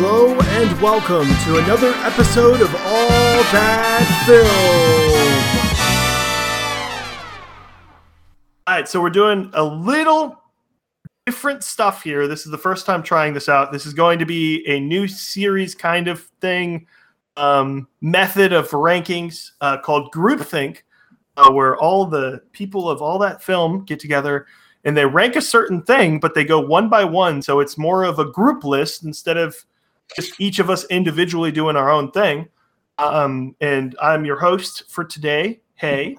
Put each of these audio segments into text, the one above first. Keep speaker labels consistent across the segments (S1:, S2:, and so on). S1: and welcome to another episode of All That Film. All right, so we're doing a little different stuff here. This is the first time trying this out. This is going to be a new series kind of thing, um, method of rankings uh, called groupthink, uh, where all the people of all that film get together and they rank a certain thing, but they go one by one. So it's more of a group list instead of just each of us individually doing our own thing. Um, and I'm your host for today, Hey,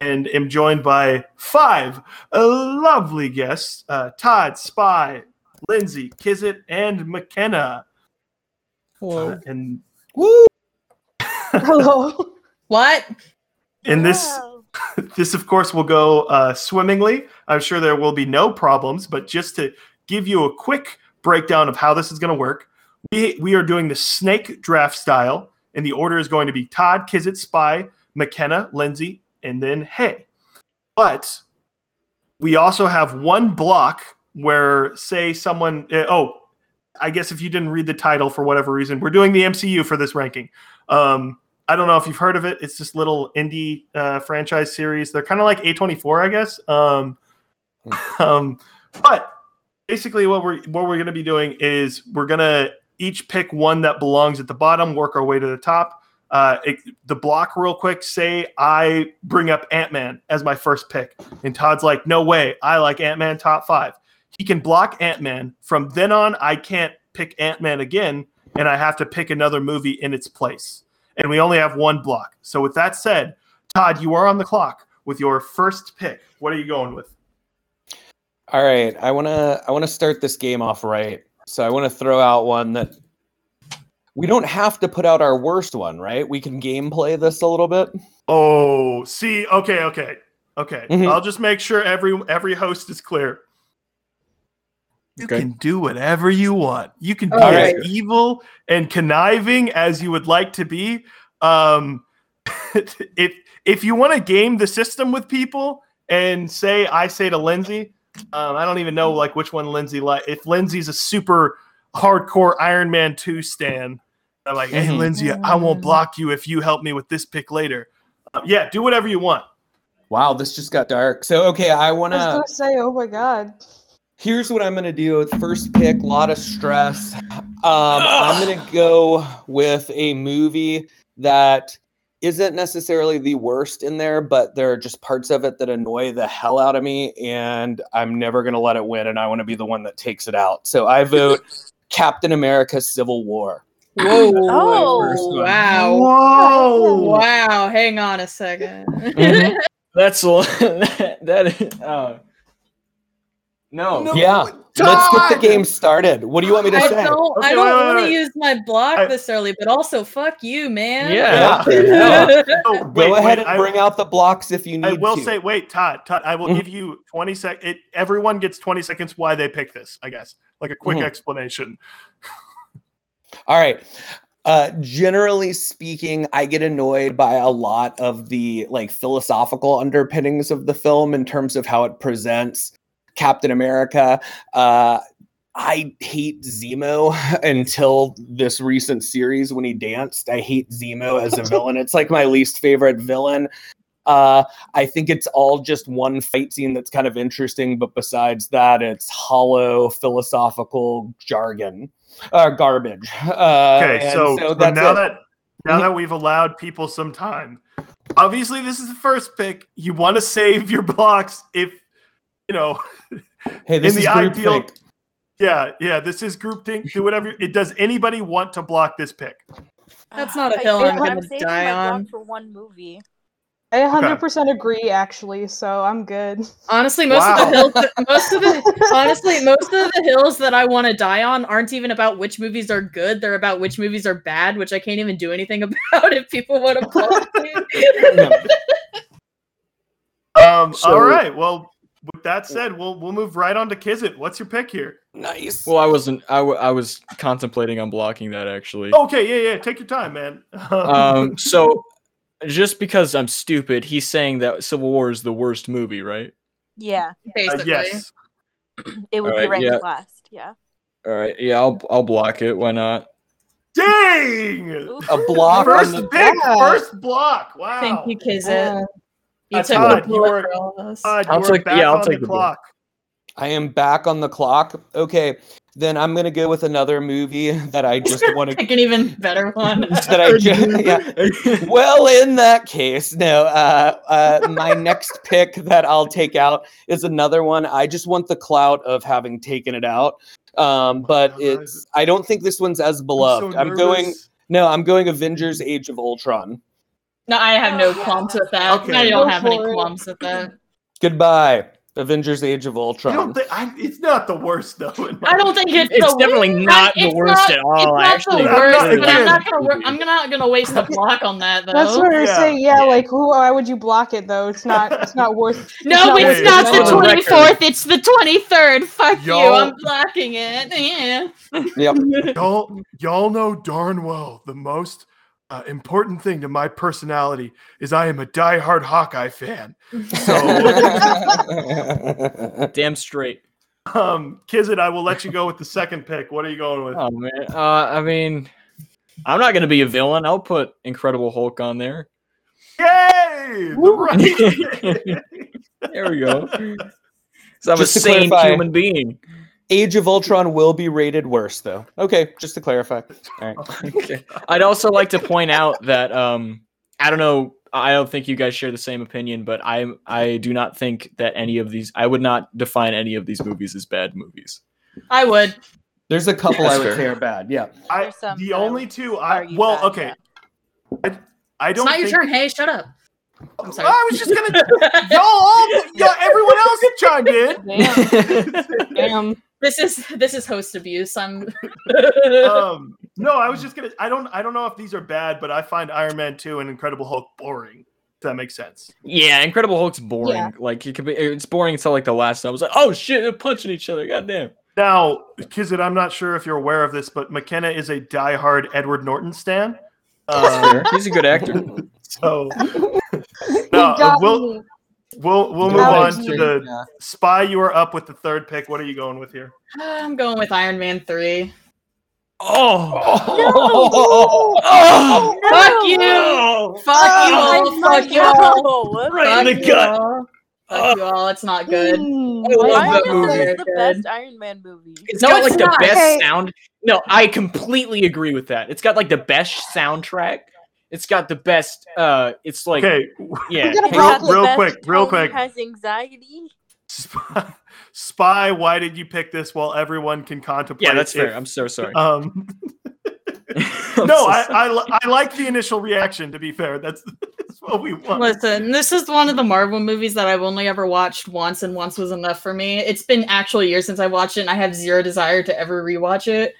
S1: and am joined by five uh, lovely guests uh, Todd, Spy, Lindsay, Kizit, and McKenna. Uh,
S2: Hello.
S1: and
S2: Woo!
S3: Hello.
S4: What?
S1: in this this of course will go uh, swimmingly i'm sure there will be no problems but just to give you a quick breakdown of how this is going to work we, we are doing the snake draft style and the order is going to be todd kizit spy mckenna lindsay and then hay but we also have one block where say someone eh, oh i guess if you didn't read the title for whatever reason we're doing the mcu for this ranking um, I don't know if you've heard of it. It's this little indie uh, franchise series. They're kind of like A24, I guess. Um, um, but basically, what we're what we're going to be doing is we're going to each pick one that belongs at the bottom, work our way to the top. Uh, it, the block, real quick. Say I bring up Ant Man as my first pick, and Todd's like, "No way! I like Ant Man top five. He can block Ant Man. From then on, I can't pick Ant Man again, and I have to pick another movie in its place and we only have one block. So with that said, Todd, you are on the clock with your first pick. What are you going with?
S2: All right, I wanna I wanna start this game off right. So I wanna throw out one that we don't have to put out our worst one, right? We can gameplay this a little bit.
S1: Oh, see, okay, okay, okay.
S2: Mhm.
S1: I'll just make sure every every host is clear. You
S2: Okay.
S1: can do whatever you want. You can be
S4: All
S1: as
S2: right.
S1: evil and conniving as you would like to be. Um, if if you want to game the system with people and say I say to Lindsay, um, I don't even know like which one Lindsay like. If Lindsay's a super hardcore Iron Man two stan, I'm like, hey
S2: Mhm.
S1: Lindsay, I won't block you if you help me with this pick later. Uh, yeah, do whatever you want.
S2: Wow, this just got dark. So okay, I
S3: I was
S2: wanna
S3: gonna say, oh my god.
S2: here's what I'm gonna do. First pick, lot of stress. Um, I'm gonna go with a movie that isn't necessarily the worst in there, but there are just parts of it that annoy the hell out of me, and I'm never gonna let it win, and I want to be the one that takes it out. So I vote Captain America: Civil War.
S4: Whoa.
S2: first
S4: Oh,
S2: one.
S4: wow.
S1: Whoa! Mm-hmm.
S4: Wow. Hang on a 2nd
S2: That's the one- that. is- oh. No.
S1: No,
S2: Yeah. Let's get the game started. What do you want me to
S4: I
S2: say?
S4: don't, I
S1: Okay, wait,
S4: don't
S1: wait,
S4: want
S1: wait.
S4: to use my block
S1: I-
S4: this early, but also fuck you, man.
S2: Yeah.
S1: Yeah.
S2: Yeah.
S1: Oh,
S2: Go
S1: wait,
S2: ahead
S1: wait,
S2: and
S1: I-
S2: bring out the blocks if you need
S1: I will
S2: to.
S1: say, wait, Todd, Todd, I will
S2: Mhm.
S1: give you 20 sec. It, everyone gets 20 seconds why they pick this, I guess, like a quick
S2: Mhm.
S1: explanation.
S2: All right. Uh, generally speaking, I get annoyed by a lot of the like philosophical underpinnings of the film in terms of how it presents Captain America. Uh, I hate Zemo until this recent series when he danced. I hate Zemo as a villain. It's like my least favorite villain. Uh, I think it's all just one fight scene that's kind of interesting, but besides that, it's hollow philosophical jargon, uh, garbage. Uh,
S1: Okay,
S2: and
S1: so, so
S2: that's
S1: now
S2: it.
S1: that now
S2: Mhm.
S1: that we've allowed people some time, obviously this is the first pick. You want to save your blocks if you know.
S2: hey, this
S1: in
S2: is
S1: the
S2: group
S1: ideal-
S2: think.
S1: Yeah, yeah. This is group think. Do whatever. It does anybody want to block this pick?
S4: That's not a
S5: Uh, I
S4: hill
S5: feel
S4: I'm
S5: like
S4: gonna
S5: saving
S4: die
S5: my block
S4: on.
S5: For one movie.
S3: I 100% agree, actually, so I'm good.
S4: Honestly, most of
S1: Wow.
S4: the hills, that- most of the honestly, most of the hills that I want to die on aren't even about which movies are good. They're about which movies are bad, which I can't even do anything about. If people want to block me,
S1: Uh,
S2: No.
S1: Um, all
S6: So-
S1: right. Well, with that said, we'll we'll move right on to Kizit. What's your pick here?
S2: Nice.
S6: Well, I wasn't. I, w- I was contemplating on blocking that actually.
S2: Oh.
S1: Okay, yeah, yeah. Take your time, man. uh,
S6: Um, so just because I'm stupid, he's saying that Civil War is the worst movie, right?
S5: Yeah,
S1: Uh,
S4: basically.
S1: yes.
S5: it would be
S6: Alright,
S5: ranked
S6: yeah.
S5: last. Yeah.
S6: All right. Yeah, I'll I'll block it. Why not?
S1: Dang!
S2: A block on
S1: First
S2: the
S1: pick,
S3: Yeah.
S1: first block. Wow.
S4: Thank you, Kizit.
S3: Yeah.
S4: You
S1: Uh,
S4: took
S1: Todd,
S4: the
S1: you
S4: bullet
S1: are-
S4: for all of us.
S1: Todd,
S6: I'll
S1: you are
S6: take-
S1: Uh, back
S6: yeah, I'll
S1: on
S6: take the
S1: the clock.
S2: I am back on the clock. Okay, then I'm gonna go with another movie that I just want to
S4: Pick an even better one.
S2: that I just yeah. Well, in that case, no. Uh, uh, my next pick that I'll take out is another one. I just want the clout of having taken it out. Um, but
S1: God,
S2: it's I don't think this one's as beloved.
S1: so
S2: I'm going
S1: nervous.
S2: no, I'm going Avengers Age of Ultron.
S4: no, I have no qualms with that.
S1: Okay.
S4: I don't
S3: Go
S4: have any
S3: for it.
S4: qualms with that.
S2: Goodbye. Avengers Age of
S1: You don't
S2: Ultron.
S1: thi- I, it's not the worst though. in my-
S4: I don't think it's,
S6: It's
S4: the
S6: definitely
S4: worst.
S6: not the
S4: It's
S6: worst
S4: not-
S6: at all,
S4: It's not
S6: actually.
S4: the
S1: I'm
S4: worst,
S1: not
S4: but I'm not
S6: against
S4: gonna.
S6: it.
S4: wor- I'm not gonna waste a block on that though.
S3: That's what I was
S1: Yeah.
S3: saying. Yeah,
S6: Yeah.
S3: like who? I would you block it though? It's not. It's not worth.
S4: no,
S1: Hey,
S4: it's not
S1: it's
S4: the
S1: on the
S4: twenty fourth. It's the twenty third. Fuck you.
S1: Y'all-
S4: I'm blocking it. Yeah.
S2: Yep.
S1: y'all, y'all know darn well the most uh, important thing to my personality is I am a diehard Hawkeye fan.
S6: Damn straight.
S1: Um, Kizit, I will let you go with the second pick. What are you going with?
S6: Oh man. Uh, I mean, I'm not gonna be a villain. I'll put Incredible Hulk on there.
S1: Yay! The right pick.
S6: There we go. So I'm
S2: Just to
S6: a sane
S2: clarify-
S6: human being.
S2: Age of Ultron will be rated worse though. Okay, just to clarify. All right.
S6: I'd also like to point out that um, I don't know. I don't think you guys share the same opinion, but I I do not think that any of these. I would not define any of these movies as bad movies.
S4: I would.
S2: There's a couple I
S6: That's
S2: would
S6: fair.
S2: say are bad. Yeah.
S1: I,
S5: There's some
S1: the
S5: that I
S1: only
S5: would
S1: two I
S5: argue
S1: well,
S5: bad,
S1: okay. I, I
S4: It's
S1: don't.
S4: not your
S1: think,
S4: turn. Hey, shut up. I'm sorry.
S1: I was just gonna. y'all, all, y'all, everyone else chimed in.
S3: Damn. damn.
S4: this is this is host abuse. I'm.
S1: Um, no, I was just gonna. I don't. I don't know if these are bad, but I find Iron Man two and Incredible Hulk boring. If that makes sense.
S6: Yeah, Incredible Hulk's boring.
S3: Yeah.
S6: Like it could be. It's boring until like the last. I was like, oh shit, they're punching each other. Goddamn.
S1: Now, Kizit, I'm not sure if you're aware of this, but McKenna is a diehard Edward Norton stan. Um,
S6: Fair. He's a good actor.
S1: so
S3: You
S6: uh,
S1: No,
S3: got
S1: we'll-
S3: me.
S1: we'll we'll move
S3: That
S1: on
S3: was
S1: to
S3: weird.
S1: the spy. You are up with the third pick. What are you going with here?
S4: I'm going with Iron Man three.
S6: Oh.
S2: Oh,
S4: Fuck you.
S6: Oh.
S4: Fuck you all. Fuck you all.
S6: Right in
S4: Fuck
S6: the
S4: you
S6: gut.
S4: all. Fuck you all. It's not good.
S3: Mm.
S6: I love
S5: Iron
S6: that
S5: Man
S6: movie.
S5: is the
S4: Good.
S5: best Iron Man movie.
S6: It's
S4: No,
S6: got
S4: it's
S6: like the
S4: not.
S6: best
S3: Okay.
S6: sound. No, I completely agree with that. It's got like the best soundtrack. It's got the best. Uh, it's like
S1: Okay,
S6: yeah.
S3: We gotta
S5: It
S1: Real-
S5: has
S3: block
S5: the
S1: real
S5: best
S1: quick, real
S5: tone, it
S1: quick.
S5: Has anxiety.
S1: Spy, spy, why did you pick this while everyone can contemplate?
S6: Yeah, that's fair.
S1: if-
S6: I'm so sorry.
S1: um, no, I, I, li- I like the initial reaction, to be fair. That's, that's what we want.
S4: Listen, this is one of the Marvel movies that I've only ever watched once, and once was enough for me. It's been actual years since I watched it, and I have zero desire to ever rewatch it.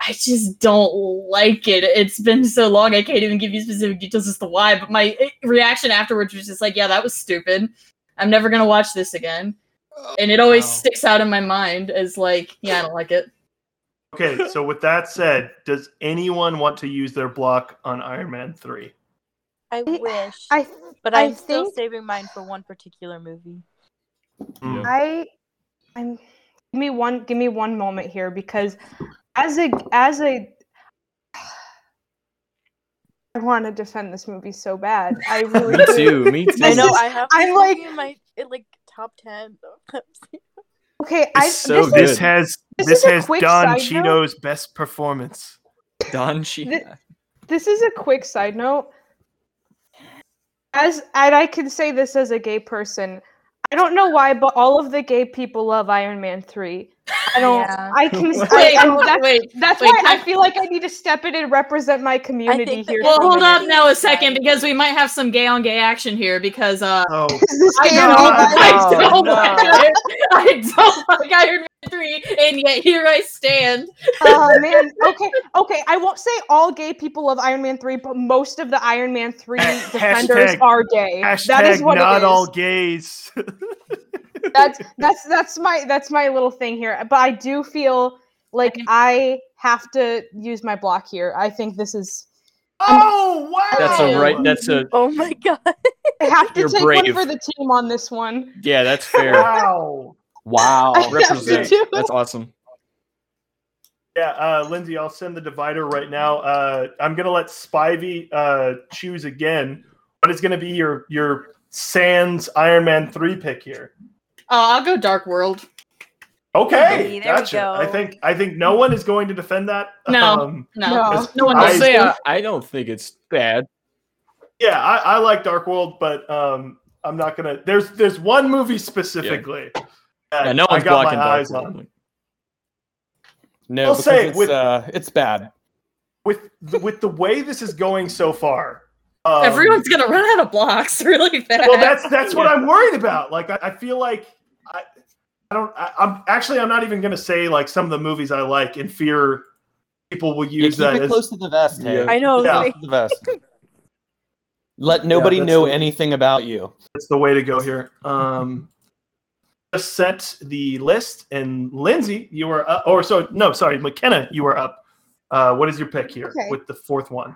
S4: I just don't like it. It's been so long, I can't even give you specific details as to why, but my eh, reaction afterwards was just like, yeah, that was stupid. I'm never going to watch this again. And it always
S6: Wow.
S4: sticks out in my mind as like, yeah, I don't like it.
S1: Okay, so with that said, does anyone want to use their block on Iron Man 3?
S5: I wish,
S3: I
S5: but
S3: I
S5: I'm still
S3: think-
S5: saving mine for one particular movie.
S1: Mm.
S3: I I'm give me one give me one moment here because as a as a I want to defend this movie so bad. I really
S6: me
S3: do.
S6: too. Me too.
S5: I
S3: This
S5: know.
S3: is-
S5: I have.
S3: I'm
S5: this
S3: like-
S5: movie in my in, like top ten.
S3: Okay, I
S6: so
S3: this
S6: Oh, good.
S3: is
S1: This has
S3: This
S1: this
S3: is a
S1: has
S3: quick
S1: Don
S3: side note.
S1: Cheeto's best performance.
S6: Don Cheadle.
S3: Th- this is a quick side note. As and I can say this as a gay person, I don't know why, but all of the gay people love Iron Man three. I don't.
S5: Yeah.
S3: I can. I,
S4: Wait,
S3: I'm-
S4: hold-
S3: that's
S4: wait.
S3: that's
S4: wait,
S3: why I
S4: can-
S3: feel like I need to step in and represent my community
S5: that-
S3: here.
S4: Well,
S3: for a
S4: hold
S3: minute.
S4: up now a second because we might have some gay on gay action here because uh
S1: Oh,
S3: Is this
S4: I
S3: gay
S4: don't,
S1: No,
S4: I
S3: Oh,
S1: no,
S4: don't
S6: no.
S4: like Iron- I don't like Iron Man 3, and yet here I stand.
S3: Oh man. Okay. Okay. I won't say all gay people love Iron Man three, but most of the Iron Man three
S1: Hashtag-
S3: defenders are gay. that
S1: hashtag
S3: is what
S1: not
S3: it is.
S1: all gays.
S3: that's that's that's my that's my little thing here. But I do feel like I have to use my block here. I think this is.
S1: oh wow!
S6: That's a right. That's a
S5: Oh my god!
S3: I have to
S6: You're
S3: take
S6: brave.
S3: one for the team on this one.
S6: yeah. That's fair.
S1: wow.
S2: Wow.
S3: I have to
S6: Represent.
S3: do it.
S6: That's awesome.
S1: Yeah, uh, Lindsay, I'll send the divider right now. Uh, I'm gonna let Spivey uh, choose again. What is gonna be your your Sans Iron Man three pick here?
S4: Uh, I'll go Dark World.
S1: Okay,
S5: Hey, there we
S1: gotcha.
S5: go.
S1: I think I think no one is going to defend that.
S4: No.
S1: Um,
S4: No,
S3: No.
S4: no one uh,
S1: I-
S6: I'll
S4: does.
S6: say I, I don't think it's bad.
S1: yeah, I, I like Dark World, but um, I'm not gonna. There's there's one movie specifically. that
S6: Yeah, no one's
S1: I got
S6: blocking
S1: my
S6: Dark
S1: eyes
S6: World.
S1: on
S2: No,
S1: I'll
S2: because
S1: say
S2: it's,
S1: with-
S2: uh, it's bad.
S1: with the, with the way this is going so far. Um,
S4: Everyone's gonna run out of blocks really fast.
S1: well that's that's what i'm worried about like i, I feel like i i don't I, i'm actually i'm not even gonna say like some of the movies i like in fear people will
S2: Yeah,
S1: use
S2: keep it
S1: that as
S2: close to the vest. Hey.
S6: Yeah.
S5: I know.
S1: Yeah.
S5: right?
S2: Close to the vest. Let nobody
S1: that's
S2: know
S1: the-
S2: anything about you.
S1: that's the way to go here um just set the list and lindsay you are up or so no sorry mckenna you are up uh what is your pick here
S3: Okay.
S1: with the fourth one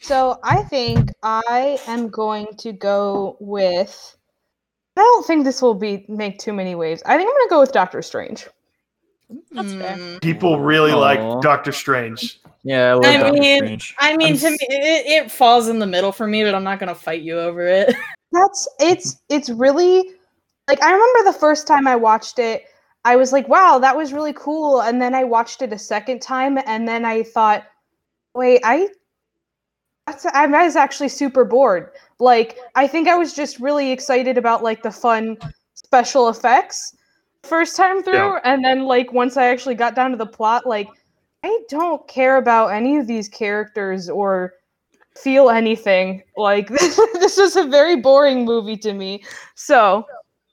S3: So I think I am going to go with. I don't think this will be make too many waves. I think I'm going to go with Doctor Strange.
S5: That's fair.
S4: Mm.
S1: people really
S6: Aw.
S1: like doctor strange
S6: Yeah, I love
S4: I
S6: Doctor
S4: mean,
S6: Strange.
S4: I mean,
S1: I'm
S4: to me,
S1: s-
S4: it, it falls in the middle for me, but I'm not gonna fight you over it.
S3: That's it's it's really like I remember the first time I watched it, I was like, wow, that was really cool. And then I watched it a second time, and then I thought, wait, I that's I was actually super bored. Like I think I was just really excited about like the fun special effects first time through,
S1: Yeah.
S3: and then like once I actually got down to the plot, like I don't care about any of these characters or feel anything. Like this, this is a very boring movie to me. So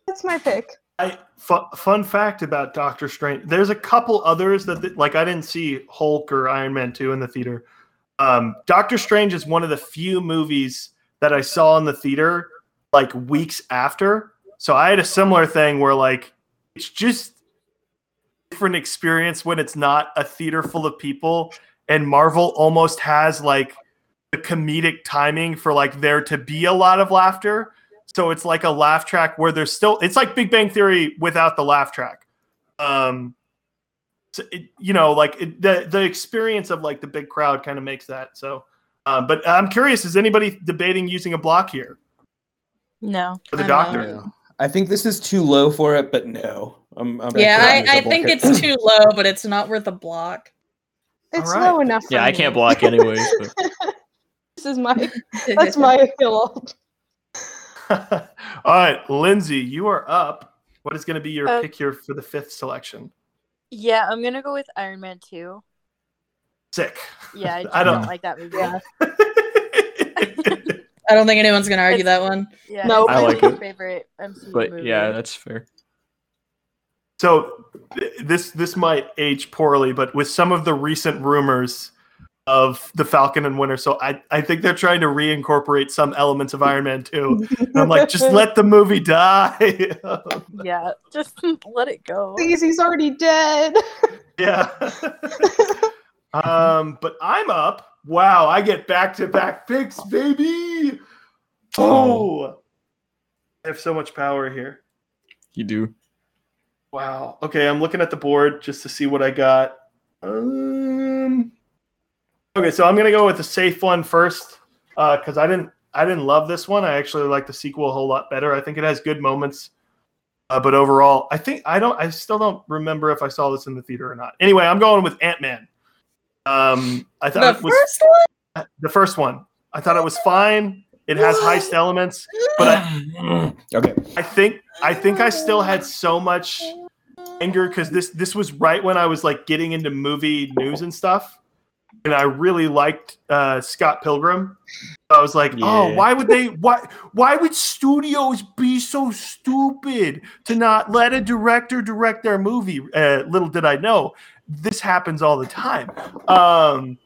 S3: that's my pick.
S1: I fun, fun fact about Doctor Strange. There's a couple others that th- like I didn't see Hulk or Iron Man two in the theater. Um, Doctor Strange is one of the few movies that I saw in the theater like weeks after. So I had a similar thing where like it's just different experience when it's not a theater full of people and Marvel almost has like the comedic timing for like there to be a lot of laughter. So it's like a laugh track where there's still it's like Big Bang Theory without the laugh track. Um so it, you know like it, the the experience of like the big crowd kind of makes that. So um, but I'm curious is anybody debating using a block here
S5: No.
S1: for the
S4: I know.
S1: doctor?
S2: No. I think this is too low for it, but no. I'm, I'm
S4: yeah,
S2: I'm
S4: I, I
S2: double
S4: think
S2: kick-
S4: it's too low, but it's not worth a block.
S3: It's
S1: All
S3: low
S1: right.
S3: enough. For
S6: Yeah, I
S3: me.
S6: can't block anyways. But.
S3: This is my that's my hill.
S1: All right, Lindsay, you are up. What is going to be your
S5: Uh,
S1: pick here for the fifth selection?
S5: Yeah, I'm gonna go with Iron Man 2.
S1: Sick.
S5: Yeah, I, just
S1: I
S5: don't,
S1: don't-
S5: like that movie.
S3: Yeah.
S4: I don't think anyone's gonna argue that one.
S5: Yeah,
S3: Nope.
S5: it's
S6: I
S5: my
S6: like it.
S5: Favorite MCU
S6: but
S5: movie.
S6: yeah, that's fair.
S1: So th- this this might age poorly, but with some of the recent rumors of the Falcon and Winter, so I, I think they're trying to reincorporate some elements of Iron Man 2. And I'm like, just let the movie die.
S5: yeah, just let it go.
S3: Please, he's already dead.
S1: yeah. um, but I'm up. Wow, I get back to back picks, baby. Oh, I have so much power here.
S6: You do.
S1: Wow. Okay, I'm looking at the board just to see what I got. Um, okay, so I'm gonna go with the safe one first because I didn't I didn't love this one. I actually like the sequel a whole lot better. I think it has good moments, uh, but overall, I think I don't. I still don't remember if I saw this in the theater or not. Anyway, I'm going with Ant Man. Um, I
S4: The
S1: thought it was
S4: first one.
S1: the first one. I thought it was fine. It has heist elements, but I,
S2: okay.
S1: I think I think I still had so much anger because this this was right when I was like getting into movie news and stuff, and I really liked uh, Scott Pilgrim. I was like, oh,
S6: Yeah.
S1: why would they? Why why would studios be so stupid to not let a director direct their movie? Uh, little did I know this happens all the time. Um,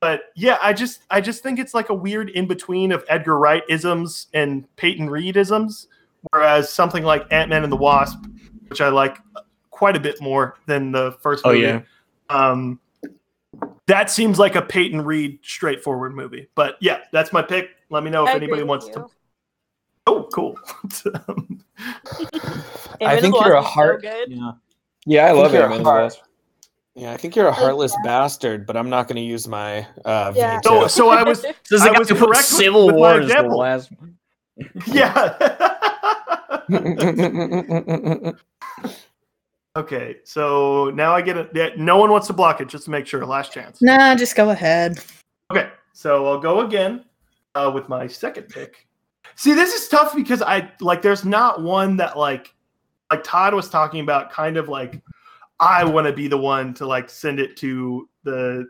S1: but yeah, I just I just think it's like a weird in between of Edgar Wright isms and Peyton Reed isms, whereas something like Ant Man and the Wasp, which I like quite a bit more than the first.
S6: Oh
S1: Movie,
S6: yeah.
S1: um, that seems like a Peyton Reed straightforward movie. But yeah, that's my pick. Let me know if
S5: I agree
S1: anybody
S5: with
S1: wants
S5: you.
S1: to. Oh, cool.
S5: Ant-Man
S2: I
S5: and
S2: think
S5: the
S2: you're a
S5: Wasp is so
S2: heart.
S5: good.
S2: yeah. yeah, I
S6: think
S2: love
S6: you're
S2: it.
S6: a
S2: Man.
S6: heart.
S2: Yeah, I think you're a heartless bastard, but I'm not going to use my uh,
S3: Yeah.
S1: So,
S2: veto.
S1: so I was,
S6: This is
S1: I
S6: like
S1: was
S6: to put
S1: correct with-
S6: Civil
S1: with my
S6: War as the
S1: example.
S6: last. one.
S1: yeah. okay, so now I get it. Yeah, no one wants to block it. Just to make sure. Last chance.
S4: Nah, just go ahead.
S1: Okay, so I'll go again uh, with my second pick. See, this is tough because I like. There's not one that like, like Todd was talking about. Kind of like, I want to be the one to like send it to the,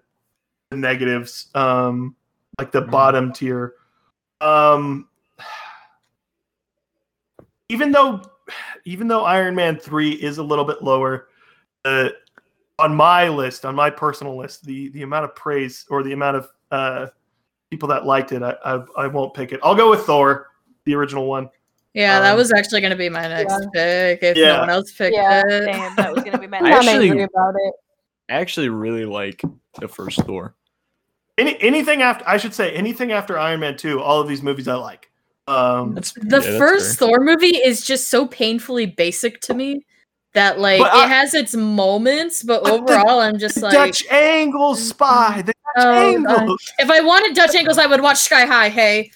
S1: the negatives, um, like the
S6: Mhm.
S1: bottom tier. Um, even though, even though Iron Man three is a little bit lower, uh, on my list, on my personal list, the the amount of praise or the amount of uh, people that liked it, I, I I won't pick it. I'll go with Thor, the original one.
S4: Yeah,
S1: Um,
S4: that was actually going to be my next pick if
S1: Yeah.
S4: no one else picked
S5: Yeah,
S4: it.
S5: same. That was gonna be my
S3: I'm
S6: I
S5: next.
S3: not
S6: actually-
S3: angry about it.
S6: I actually really like the first Thor.
S1: Any anything after I should say anything after Iron Man two. All of these movies I like. Um,
S6: That's
S4: The first Thor movie is just so painfully basic to me that like
S1: But
S4: it
S1: I-
S4: has its moments, but
S1: But the-
S4: overall I'm just
S1: the
S4: like Mm-hmm.
S1: Dutch angle spy. The Dutch
S4: oh, God.
S1: angle.
S4: if I wanted Dutch angles, I would watch Sky High. Hey,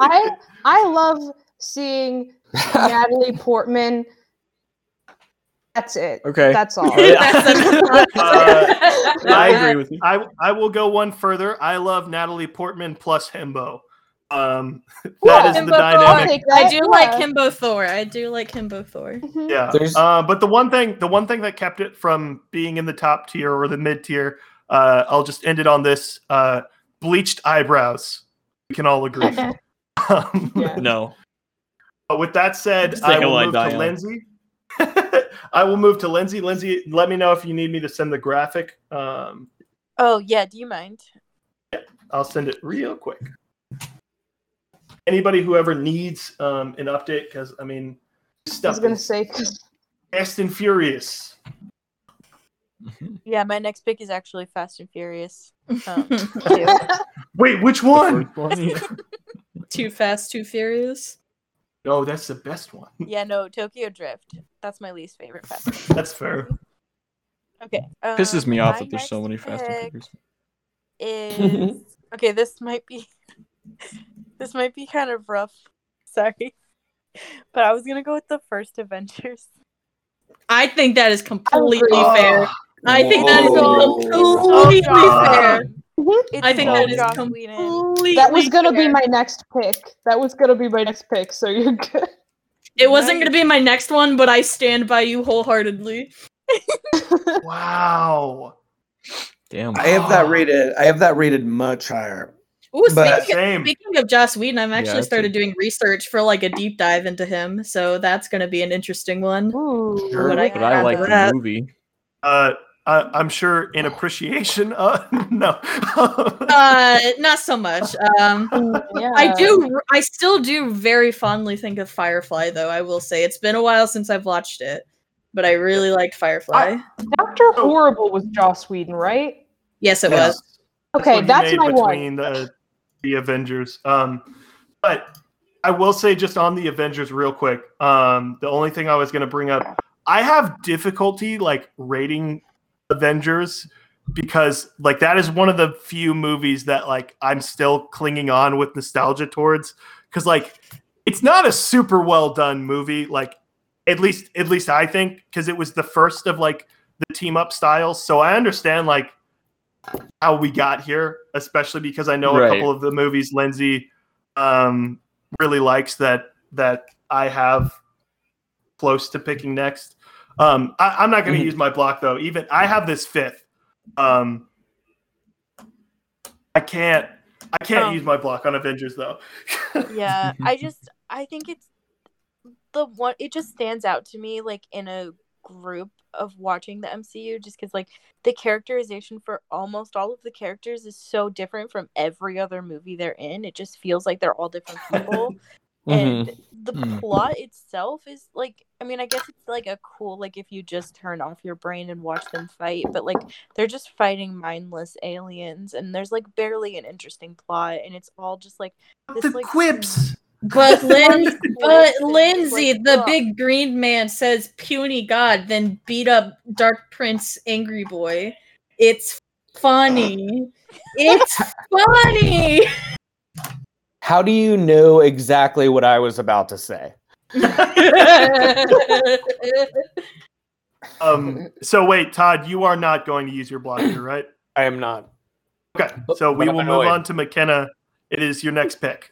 S3: I I love seeing Natalie Portman. That's it.
S6: Okay.
S3: That's all.
S6: yeah.
S4: That's-
S1: Uh,
S6: I agree with you.
S1: I I will go one further. I love Natalie Portman plus Himbo. Um,
S3: Yeah,
S1: that is
S4: Himbo
S1: the
S4: Thor.
S3: I'll
S1: dynamic.
S3: take that,
S4: I do like
S3: yeah.
S4: Himbo Thor. I do like Himbo Thor.
S3: Mhm.
S1: Yeah.
S2: There's-
S1: Uh, but the one thing, the one thing that kept it from being in the top tier or the mid tier, uh, I'll just end it on this: uh, bleached eyebrows. We can all agree. um,
S3: Yeah.
S6: No.
S1: But with that said,
S6: It's the
S1: I
S6: hill
S1: will
S6: I
S1: move
S6: die
S1: to
S6: on.
S1: Lindsay. I will move to Lindsay. Lindsay, let me know if you need me to send the graphic. Um,
S5: Oh yeah, do you mind?
S1: I'll send it real quick. Anybody who ever needs um, an update, because I mean, this
S3: I
S1: stuff
S3: was gonna
S1: is
S3: say 'cause
S1: fast and furious.
S5: Yeah, my next pick is actually Fast and Furious. Um, two.
S1: Wait, which
S6: The
S1: one?
S6: first one, yeah.
S4: too fast, too furious.
S1: No, Oh, that's the best one.
S5: yeah, no, Tokyo Drift. That's my least favorite Fast. And
S1: That's fair.
S5: Okay.
S6: Pisses
S5: um,
S6: me off
S5: my
S6: that there's so
S5: next
S6: many Fast and
S5: pick
S6: Furious.
S5: Is okay. This might be. this might be kind of rough. Sorry, but I was gonna go with the first Avengers.
S4: I think that is completely
S3: Oh.
S4: fair. I think that is
S3: Whoa.
S4: completely
S1: God.
S4: fair.
S3: Mhm.
S5: It's
S4: I think
S5: so
S4: that is
S5: Joss Whedon.
S4: completely.
S3: that was gonna
S4: fair.
S3: be my next pick. That was gonna be my next pick. So you're good.
S4: It wasn't gonna be my next one, but I stand by you wholeheartedly.
S1: Wow.
S6: Damn.
S2: I have that rated. I have that rated much higher.
S4: Ooh,
S2: But-
S4: speaking,
S1: Same.
S4: speaking of Joss Whedon, I've actually
S6: I
S4: started
S6: think-
S4: doing research for like a deep dive into him, so that's gonna be an interesting one.
S3: Ooh.
S2: Sure.
S4: Would I
S6: But I
S4: grab
S6: like the
S4: that?
S6: movie.
S1: Uh, I, I'm sure in appreciation. Uh, no.
S4: Uh, not so much. Um,
S3: Yeah.
S4: I do. I still do very fondly think of Firefly, though. I will say it's been a while since I've watched it, but I really liked Firefly.
S3: Doctor Horrible was Joss Whedon, right?
S4: yes, it was.
S3: Okay,
S1: he
S3: that's
S1: made
S3: my one.
S1: between The, the Avengers. Um, but I will say just on the Avengers real quick. Um, the only thing I was going to bring up, I have difficulty like rating Avengers because like that is one of the few movies that like I'm still clinging on with nostalgia towards because like it's not a super well done movie like at least at least I think because it was the first of like the team up styles so I understand like how we got here especially because I know a
S6: Right.
S1: couple of the movies Lindsay um, really likes that that I have close to picking next um, I, I'm not going to
S6: Mm-hmm.
S2: Mhm.
S1: use my block though even I have this fifth um, I can't. I can't
S3: Oh.
S5: Um,
S1: use my block on Avengers though.
S5: yeah
S4: Mm-hmm.
S5: i just i think it's the one it just stands out to me like in a group of watching the mcu just because like the characterization for almost all of the characters is so different from every other movie they're in it just feels like they're all different people and the
S6: Mm.
S5: plot itself is like i mean i guess it's like a cool like if you just turn off your brain and watch them fight but like they're just fighting mindless aliens and there's like barely an interesting plot and it's all just like this,
S1: the
S5: like,
S1: quips.
S4: But Lin- but
S5: Bullshit.
S4: Lindsay,
S5: Like,
S4: the
S5: fuck.
S4: big green man, says puny god, then beat up Dark Prince Angry Boy. It's funny. It's funny.
S2: How do you know exactly what I was about to say?
S1: Um, so wait, Todd, you are not going to use your blocker, right?
S2: I am not.
S1: Okay.
S2: But-
S1: So we
S2: but I'm
S1: will move
S2: annoyed.
S1: on to McKenna. It is your next pick.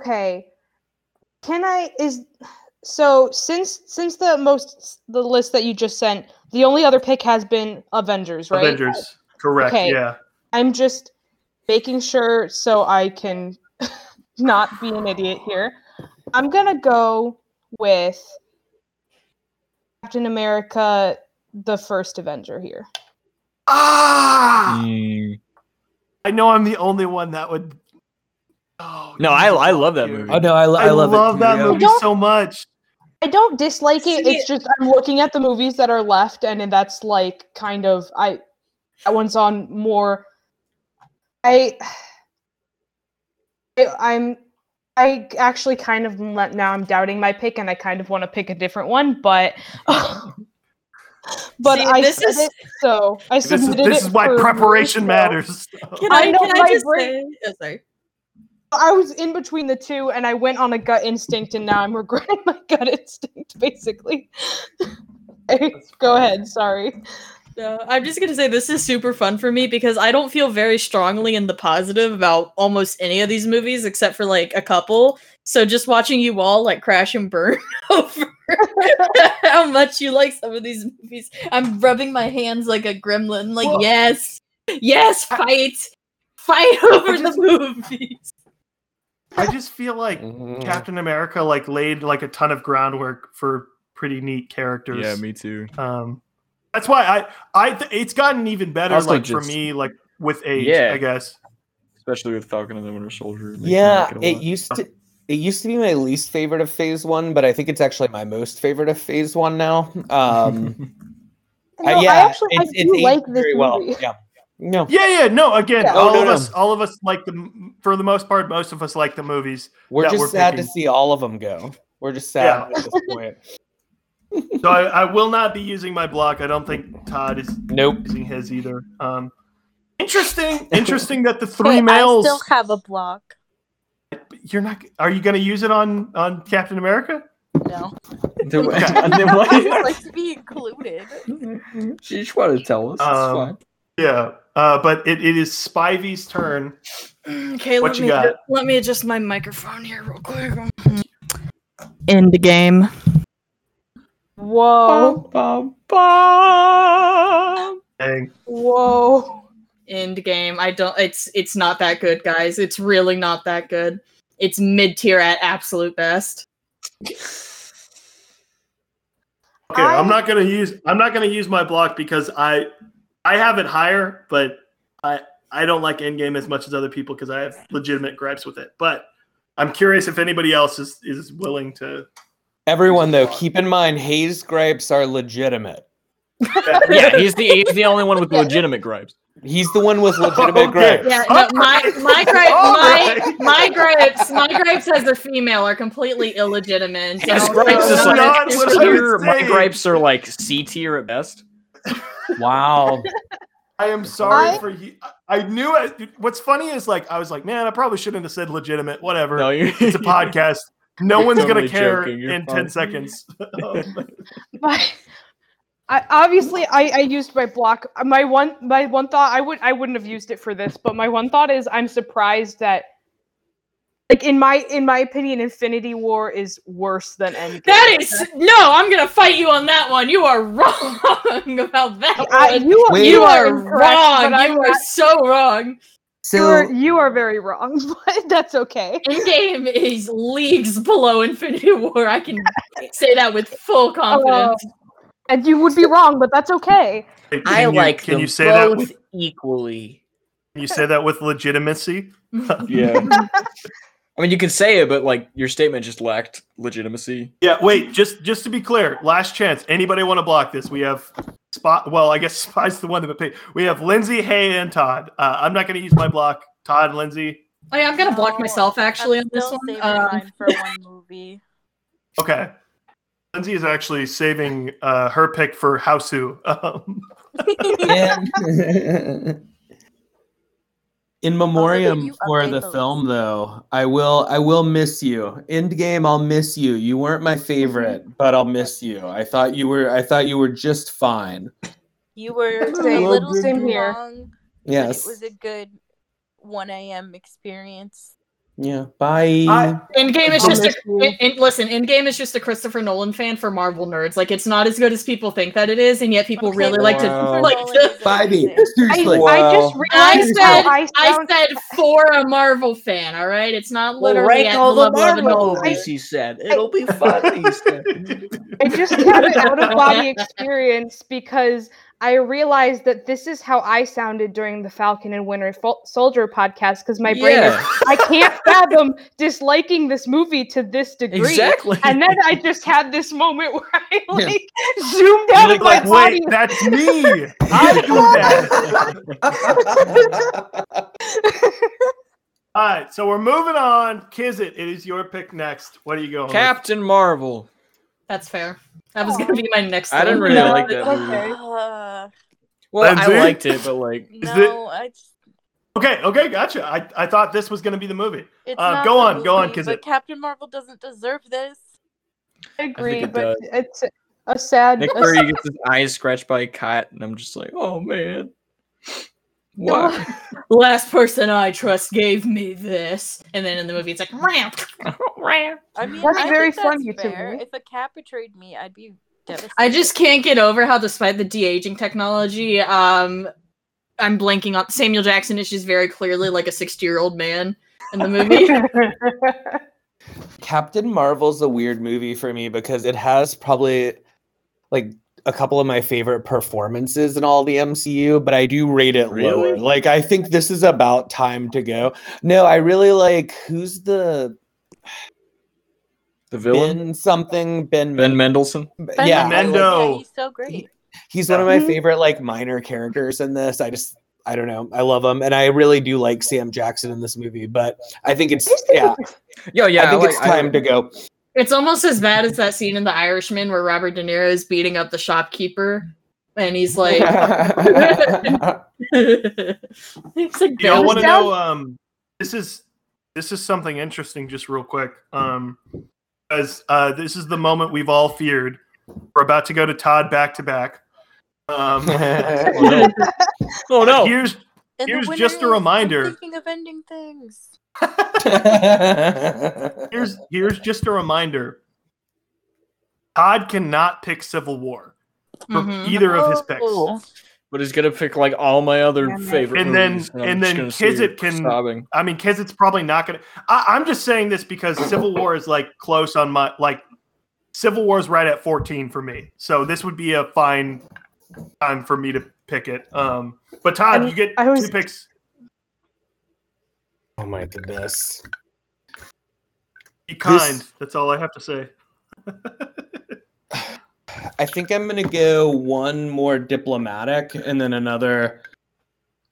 S3: Okay. Can I is so since since the most the list that you just sent, the only other pick has been Avengers, right?
S1: Avengers. Correct.
S3: Okay.
S1: Yeah.
S3: I'm just making sure so I can not be an idiot here. I'm gonna go with Captain America, the first Avenger here.
S1: Ah!
S6: Mm.
S1: I know I'm the only one that would. Oh,
S6: No, I- I love that movie.
S2: Oh no, I, lo- I love, it.
S1: that
S2: too.
S1: movie
S3: Don't-
S1: so much.
S3: I don't dislike it.
S4: See-
S3: It's just I'm looking at the movies that are left, and, and that's like kind of I that one's on more. I, I am I actually kind of le- now I'm doubting my pick, and I kind of want to pick a different one, but but
S4: See,
S3: I
S4: this
S3: said
S4: is-
S3: it, so I
S1: This is,
S3: submitted
S1: this
S3: it
S1: is why
S3: for-
S1: preparation
S3: so-
S1: matters.
S4: Can
S3: I
S4: I,
S3: know
S4: can I
S3: my
S4: just say?
S3: brain-
S4: Oh, sorry.
S3: I was in between the two, and I went on a gut instinct, and now I'm regretting my gut instinct, basically. Go ahead. Sorry.
S4: No, I'm just gonna say this is super fun for me because I don't feel very strongly in the positive about almost any of these movies except for like a couple. So just watching you all like crash and burn over how much you like some of these movies, I'm rubbing my hands like a gremlin. Like
S2: Well-
S4: yes, yes, fight, fight over the movies.
S1: I just feel like
S6: Mm-hmm.
S2: Mhm.
S1: Captain America like laid like a ton of groundwork for pretty neat characters.
S6: Yeah, me too.
S1: Um, that's why I I th- it's gotten even better
S6: Also
S1: like for
S6: just-
S1: me like with age
S6: Yeah.
S1: I guess.
S6: Especially with Falcon and the Winter Soldier. they can
S2: Yeah,
S6: make
S2: it
S6: a lot.
S2: used to it used to be my least favorite of phase one, but I think it's actually my most favorite of phase one now. Um
S3: No,
S2: yeah,
S3: I actually I
S2: it's- it's
S3: do
S2: aged
S3: like this
S2: very
S3: movie.
S2: well. Yeah. No.
S1: Yeah, yeah, no. Again,
S3: Yeah.
S1: all
S2: Oh, no,
S1: of
S2: no.
S1: us, all of us like the for the most part, most of us like the movies.
S2: We're
S1: that
S2: just
S1: we're
S2: sad to
S1: picking.
S2: see all of them go. We're just sad at this point.
S1: So I, I will not be using my block. I don't think Todd is
S2: Nope.
S1: using his either. Um, interesting, interesting that the
S5: Wait,
S1: three males.
S5: I still have a block.
S1: You're not. Are you going to use it on on Captain America?
S5: No.
S6: Do-
S1: Okay.
S6: and then what-
S5: I just like to be included.
S2: She just wanted to tell us.
S1: Um, Yeah, uh, but it, it is Spivey's turn.
S4: Okay,
S1: What
S4: let
S1: you
S4: me
S1: got?
S4: ju- let me adjust my microphone here real quick. End game.
S3: Whoa.
S1: Dang.
S3: Whoa.
S4: end game. I don't it's it's not that good, guys. It's really not that good. It's mid tier at absolute best.
S1: Okay, I, am
S3: I-
S1: not going to use. I'm not going to use my block because I I have it higher, but I I don't like Endgame as much as other people because I have legitimate gripes with it. But I'm curious if anybody else is is willing to.
S2: Everyone though, keep in mind Hayes gripes are legitimate.
S6: yeah, he's the he's the only one with
S5: Yeah.
S6: legitimate gripes.
S2: He's the one with legitimate
S1: Okay.
S2: gripes.
S4: Yeah, no, my my gripe
S1: All
S4: my
S1: right.
S4: my gripes my gripes as a female are completely illegitimate. and
S6: His
S4: don't-
S6: gripes
S1: no,
S6: is
S1: no,
S4: don't-
S1: not
S6: like
S1: no,
S6: S
S1: what I
S6: tier.
S1: was
S6: My
S1: saying.
S6: gripes are like C tier at best.
S2: Wow.
S1: I am sorry
S3: I-
S1: for you. I- I knew. I, what's funny is like I was like, man, I probably shouldn't have said legitimate. Whatever.
S6: No, you
S1: it's a podcast. No
S6: You're
S1: one's
S6: totally
S1: gonna care
S6: joking. You're
S1: in
S6: fine.
S1: ten seconds.
S3: My, I obviously I, I used my block. My one my one thought I would I wouldn't have used it for this, but my one thought is I'm surprised that like in my in my opinion, Infinity War is worse than Endgame.
S4: That is no, I'm gonna fight you on that one. You are wrong about that
S3: I,
S4: one.
S3: you are,
S2: Wait.
S4: You are
S3: incorrect,
S4: wrong.
S3: but I'm
S4: You are
S3: not-
S4: so wrong.
S2: So
S3: you are you are very wrong, but that's okay.
S4: Endgame is leagues below Infinity War. I can say that with full confidence.
S3: Uh, and you would be wrong, but that's okay.
S1: Can you- Can you say that? With,
S6: equally.
S1: can you say that with legitimacy?
S6: Yeah. I mean, you can say it, but like your statement just lacked legitimacy.
S1: Yeah. Wait. Just just to be clear, last chance. Anybody want to block this? We have spot. Well, I guess spot's the one that picked. We have Lindsay, Hay, and Todd. Uh, I'm not gonna use my block. Todd, Lindsay,
S4: Oh yeah, I'm gonna block
S5: No,
S4: myself actually
S5: I'm
S4: on this
S5: still
S4: one.
S5: saving
S4: Um,
S5: mine for one movie.
S1: Okay. Lindsay is actually saving uh, her pick for Hausu. Um,
S2: in, in memoriam
S5: you
S2: for
S5: update
S2: the
S5: the
S2: film though i will i will miss you end game i'll miss you you weren't my favorite
S5: Mm-hmm.
S2: but i'll miss you i thought you were i thought you were just fine
S5: You were
S3: Same-
S5: a little
S3: same
S5: too
S3: here.
S5: long, but
S2: yes
S5: it was a good 1 a.m. experience.
S2: yeah bye
S1: I-
S4: Endgame is
S1: I'll
S4: just a
S3: miss you.
S4: in- in- listen. Endgame is just a Christopher Nolan fan for Marvel nerds. Like it's not as good as people think that it is, and yet people
S5: Okay,
S4: really
S5: but
S4: like to
S2: Wow.
S4: like.
S5: Nolan
S4: The,
S5: is
S2: bye B.
S5: amazing.
S3: I,
S2: seriously
S3: I just
S2: Wow.
S4: I
S3: realized
S4: said,
S3: how I
S4: I
S3: sound.
S4: said for a Marvel fan. All right, it's not
S7: We'll
S4: literally
S7: rank
S4: at
S7: all the
S4: level of a
S7: Marvel
S4: Nolan.
S7: movies, he said. It'll be fun, he said.
S3: I just had an out of body experience because I realized that this is how I sounded during the Falcon and Winter Fol- Soldier podcast because my brain is,
S7: Yeah,
S3: I can't fathom disliking this movie to this degree.
S7: exactly.
S3: And then I just had this moment where I like zoomed out
S1: like,
S3: of my body.
S1: wait, that's me. I do that. All right, so we're moving on. Kizit, it is your pick next. What are you going? with?
S6: Captain Marvel.
S4: That's fair. That was gonna be my next.
S6: I didn't
S4: one.
S6: really
S4: No,
S6: like that
S4: it's
S6: movie.
S4: okay.
S5: Uh,
S6: Well,
S1: Lindsay?
S6: I liked it, but like,
S1: Is
S5: no, I just,
S1: Okay, okay, gotcha. I, I thought this was going to be the movie.
S5: it's
S1: Uh,
S5: not
S1: go
S5: the
S1: on, go on,
S5: movie,
S1: 'cause
S5: But
S1: it-
S5: Captain Marvel doesn't deserve this.
S3: I agree,
S6: it
S3: but
S6: does.
S3: it's a sad.
S6: Nick
S3: a
S6: Fury
S3: sad-
S6: gets his eyes scratched by a cat, and I'm just like, oh man, why?
S4: Last person I trust gave me this, and then in the movie it's like ramp.
S5: I mean,
S3: That's
S5: I
S3: very
S5: think that's
S3: funny to
S5: fair.
S3: me.
S5: If a cat betrayed me, I'd be devastated.
S4: I just can't get over how, despite the de aging technology, um, I'm blanking up. Samuel Jackson is just very clearly like a 60 year old man in the movie.
S2: Captain Marvel's a weird movie for me because it has probably like a couple of my favorite performances in all the MCU, but I do rate it
S6: Really?
S2: lower. Like I think this is about time to go. No, I really like who's the
S6: The villain,
S2: Ben something Ben,
S6: Ben Mendelsohn.
S5: But
S2: yeah,
S5: I like-
S1: Mendo.
S5: yeah, he's so great.
S2: he's one of
S6: Mm-hmm.
S2: my favorite like minor characters in this. I just I don't know. I love him and I really do like Sam Jackson in this movie, but I think it's yeah,
S6: Yo, yeah,
S2: I think
S6: like,
S2: it's time to go.
S4: it's almost as bad as that scene in The Irishman where Robert De Niro is beating up the shopkeeper, and he's like, he's like,
S1: You all
S4: "Bill,
S1: want to
S3: down-
S1: know? Um, this is this is something interesting. Just real quick, um, because uh, this is the moment we've all feared. We're about to go to Todd back to back. Um,
S2: Oh,
S6: no. Oh no!
S1: here's
S5: And the
S1: Here's
S5: winner
S1: just a
S5: is I'm
S1: reminder.
S5: thinking of ending things.
S2: Oh
S1: here's here's just a reminder. Todd cannot pick Civil War for
S4: mhm."
S1: either of his picks.
S5: Oh.
S6: But he's gonna pick like all my other
S3: Damn it.
S6: favorite
S1: And then-
S6: movies,
S1: and
S6: I'm
S1: then
S6: just gonna sit
S1: Kizit
S6: here
S1: can-
S6: sobbing.
S1: I mean, because it's probably not gonna. I, I'm just saying this because Civil War is like close on my like. Civil War is right at 14 for me, so this would be a fine time for me to pick it. Um, but Todd,
S3: And
S1: you get
S3: I was-
S1: two picks
S2: oh my goodness.
S1: Be kind. That's all I have to say.
S2: I think I'm gonna go one more diplomatic and then another.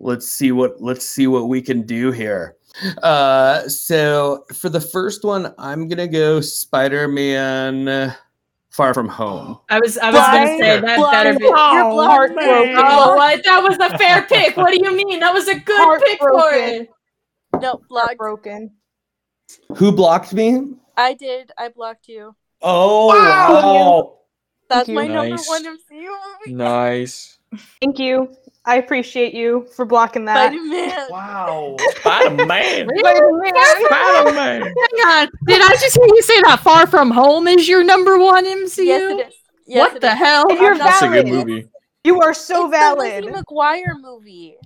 S2: Let's see what let's see what we can do here. Uh, so for the first one, I'm gonna go Spider-Man: Far From Home.
S4: I was, I was gonna
S3: Why-
S4: say that better be.
S3: Oh,
S5: heartbroken.
S4: Oh, what? That was a fair pick. What do you mean? That was a good pick for
S3: Heartbroken.
S4: it.
S5: No, blocked.
S3: Broken.
S2: Who blocked me?
S5: I did. I blocked you.
S2: Oh
S3: Wow.
S2: wow!
S5: That's
S3: you.
S5: my number
S6: Nice.
S5: one MCU movie.
S6: Nice.
S3: Thank you. I appreciate you for blocking that.
S5: Spider-Man.
S1: Wow.
S6: Spider Man.
S3: Spider-Man.
S6: Spider Man.
S4: Hang on. Did I just hear you say that Far From Home is your number one MCU?
S5: Yes, it is. Yes,
S4: what
S5: it
S4: the
S5: is.
S4: hell?
S3: If you're
S4: I'm not-
S6: That's a good
S3: Valid.
S6: movie.
S3: You are so
S5: it's
S3: valid.
S5: the Lizzie McGuire movie.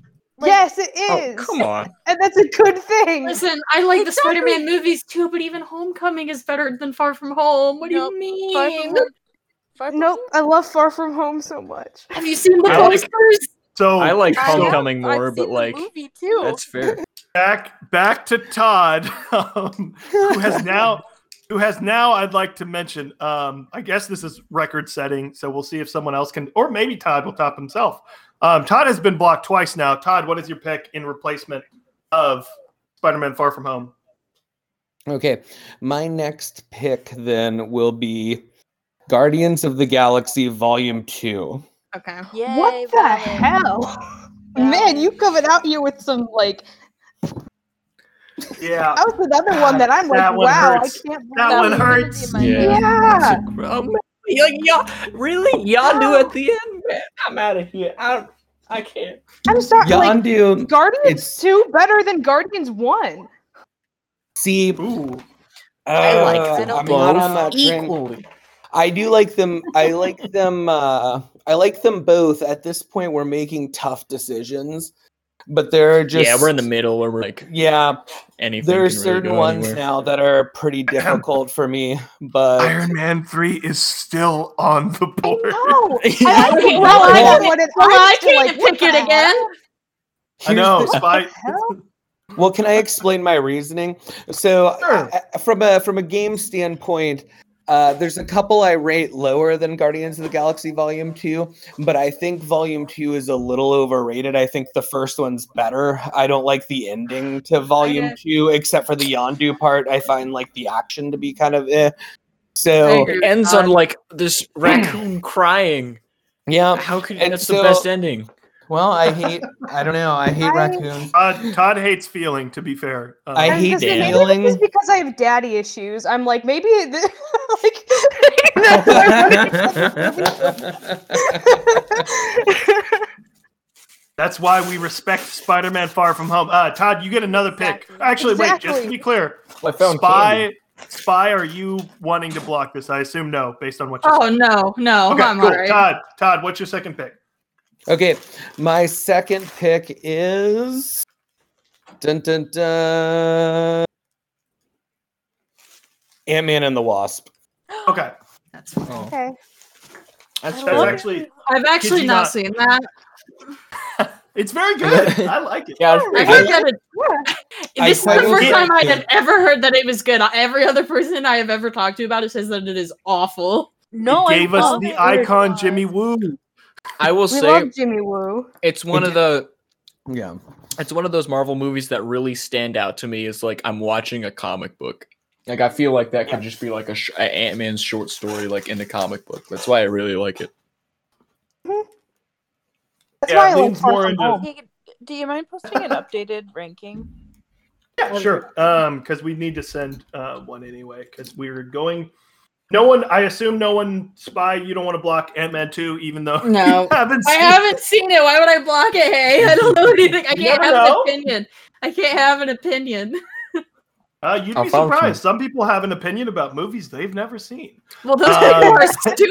S5: Like,
S3: yes, it
S6: Oh
S3: is.
S6: come on!
S3: And that's a good thing.
S4: Listen, I like the
S5: Exactly.
S4: Spider-Man movies too, but even Homecoming is better than Far From Home. What do
S5: Nope.
S4: you
S5: Far
S4: mean?
S5: from home. Far from
S3: Nope,
S5: home.
S3: I love Far From Home so much.
S4: Have you seen the
S6: I like-
S4: posters?
S1: So
S6: I like
S5: I have-
S6: Homecoming
S5: I've
S6: more,
S5: seen
S6: but
S5: the
S6: like
S5: movie too.
S6: that's fair.
S1: back back to Todd, um, who has now who has now I'd like to mention. Um, I guess this is record setting, so we'll see if someone else can, or maybe Todd will top himself. Um, Todd has been blocked twice now. Todd, what is your pick in replacement of Spider-Man: Far From Home.
S2: Okay. My next pick then will be Guardians of the Galaxy Volume 2.
S4: Okay.
S5: Yay,
S3: what the
S5: Violet.
S3: hell? Man, you coming out here with some like
S1: Yeah,
S3: that was another one that I'm like,
S1: That one
S3: wow,
S1: hurts.
S3: I can't believe
S1: that one
S5: was gonna be
S1: hurts.
S5: my-
S6: Yeah.
S3: Yeah.
S6: oh, y'all, really? Y'all do at the end, man? I'm out of here. I don't, I can't.
S3: I'm sorry. Like,
S2: Yondu,
S3: Guardians
S2: it's-
S3: two better than Guardians one.
S2: see,
S1: Ooh,
S5: I like
S2: uh,
S5: them
S2: I'm not
S5: both
S2: on that train. I do like them. I like them. Uh, I like them both. At this point, we're making tough decisions, but there are just
S6: yeah, we're in the middle where we're like
S2: yeah.
S6: anything.
S2: There are
S6: can really
S2: certain
S6: go
S2: ones
S6: anywhere.
S2: now that are pretty difficult for me, but
S1: Iron Man three is still on the board.
S3: No,
S6: I
S3: like
S4: can't-
S3: it well,
S4: well,
S3: I
S4: I
S3: don't
S4: can't-
S3: want it.
S4: well,
S3: I'm
S4: I
S3: still
S4: can't
S3: what
S4: pick it
S3: the
S4: again.
S3: hell?
S1: I
S2: here's
S1: know.
S2: the-
S1: Spy-
S3: Hell?
S2: Well, can I explain my reasoning? So,
S1: Sure.
S2: uh, from a from a game standpoint, uh, there's a couple I rate lower than Guardians of the Galaxy Volume Two, but I think Volume Two is a little overrated. I think the first one's better. I don't like the ending to Volume Two, except for the Yondu part. I find like the action to be kind of eh.
S4: I
S2: So
S4: agree.
S6: It ends on like this raccoon crying.
S2: yeah,
S6: How could
S2: And
S6: that's
S2: so-
S6: the best ending?
S2: well, I hate. I don't know. I hate
S3: I-
S2: raccoons.
S1: Todd, Todd hates feeling. To be fair, Um,
S2: I
S3: I'm
S2: hate
S3: just- maybe
S2: feeling-
S3: It's because I have daddy issues. I'm like maybe it- like that's why-
S1: That's why we respect Spider-Man: Far From Home. Uh, Todd, you get another
S5: Exactly.
S1: pick. Actually, wait. Just to
S3: Exactly.
S1: be clear,
S7: I found
S1: spy, spy. Are you wanting to block this? I assume no, based on what you
S4: Oh no, no,
S1: Okay,
S4: I'm
S1: cool. Uh,
S4: alright.
S1: Todd, Todd, what's your second pick?
S2: Okay, my second pick is dun dun dun Ant Man and the Wasp.
S1: Okay,
S4: That's fine.
S3: okay.
S6: That's
S1: that's
S5: What?
S1: actually
S4: I've actually
S1: you
S4: not,
S1: not?
S4: seen that.
S1: it's very good. I like it.
S6: Yeah, it's pretty
S4: I heard
S6: good.
S4: that it,
S3: Yeah.
S2: I
S4: this is the
S2: quite
S4: first
S1: enjoyed
S4: time I
S2: it.
S4: had ever heard that it was good. Every other person I have ever talked to about it says that it is awful.
S5: No,
S1: it
S5: Oh, I
S1: gave us
S5: love
S1: the
S5: it.
S1: icon
S5: God.
S1: Jimmy Woo.
S6: I will
S3: We
S6: say
S3: love Jimmy Woo.
S6: it's one of the
S2: Yeah.
S6: it's one of those Marvel movies that really stand out to me. Is like I'm watching a comic book. Like I feel like that could just be like a, sh- a Ant Man's short story, like in a comic book. That's why I really like it.
S3: That's
S1: Yeah,
S3: why I
S1: it
S3: like
S1: leans more
S3: Far From
S1: into-
S3: Home.
S5: Hey, Do you mind posting an updated ranking?
S1: Yeah, sure. Um, because we need to send uh one anyway. Because we're going. No one. I assume no one. Spy. You don't want to block Ant Man two, even though
S4: No.
S1: you haven't
S4: I
S1: seen
S4: haven't seen it. Why would I block it? Hey, I don't know anything. I
S1: You
S4: can't
S1: never
S4: have
S1: know.
S4: an opinion. I can't have an opinion.
S1: Uh, you'd
S6: I'll
S1: be
S6: follow
S1: surprised. Some people have an opinion about movies they've never seen.
S4: Well, those
S1: Uh,
S4: people are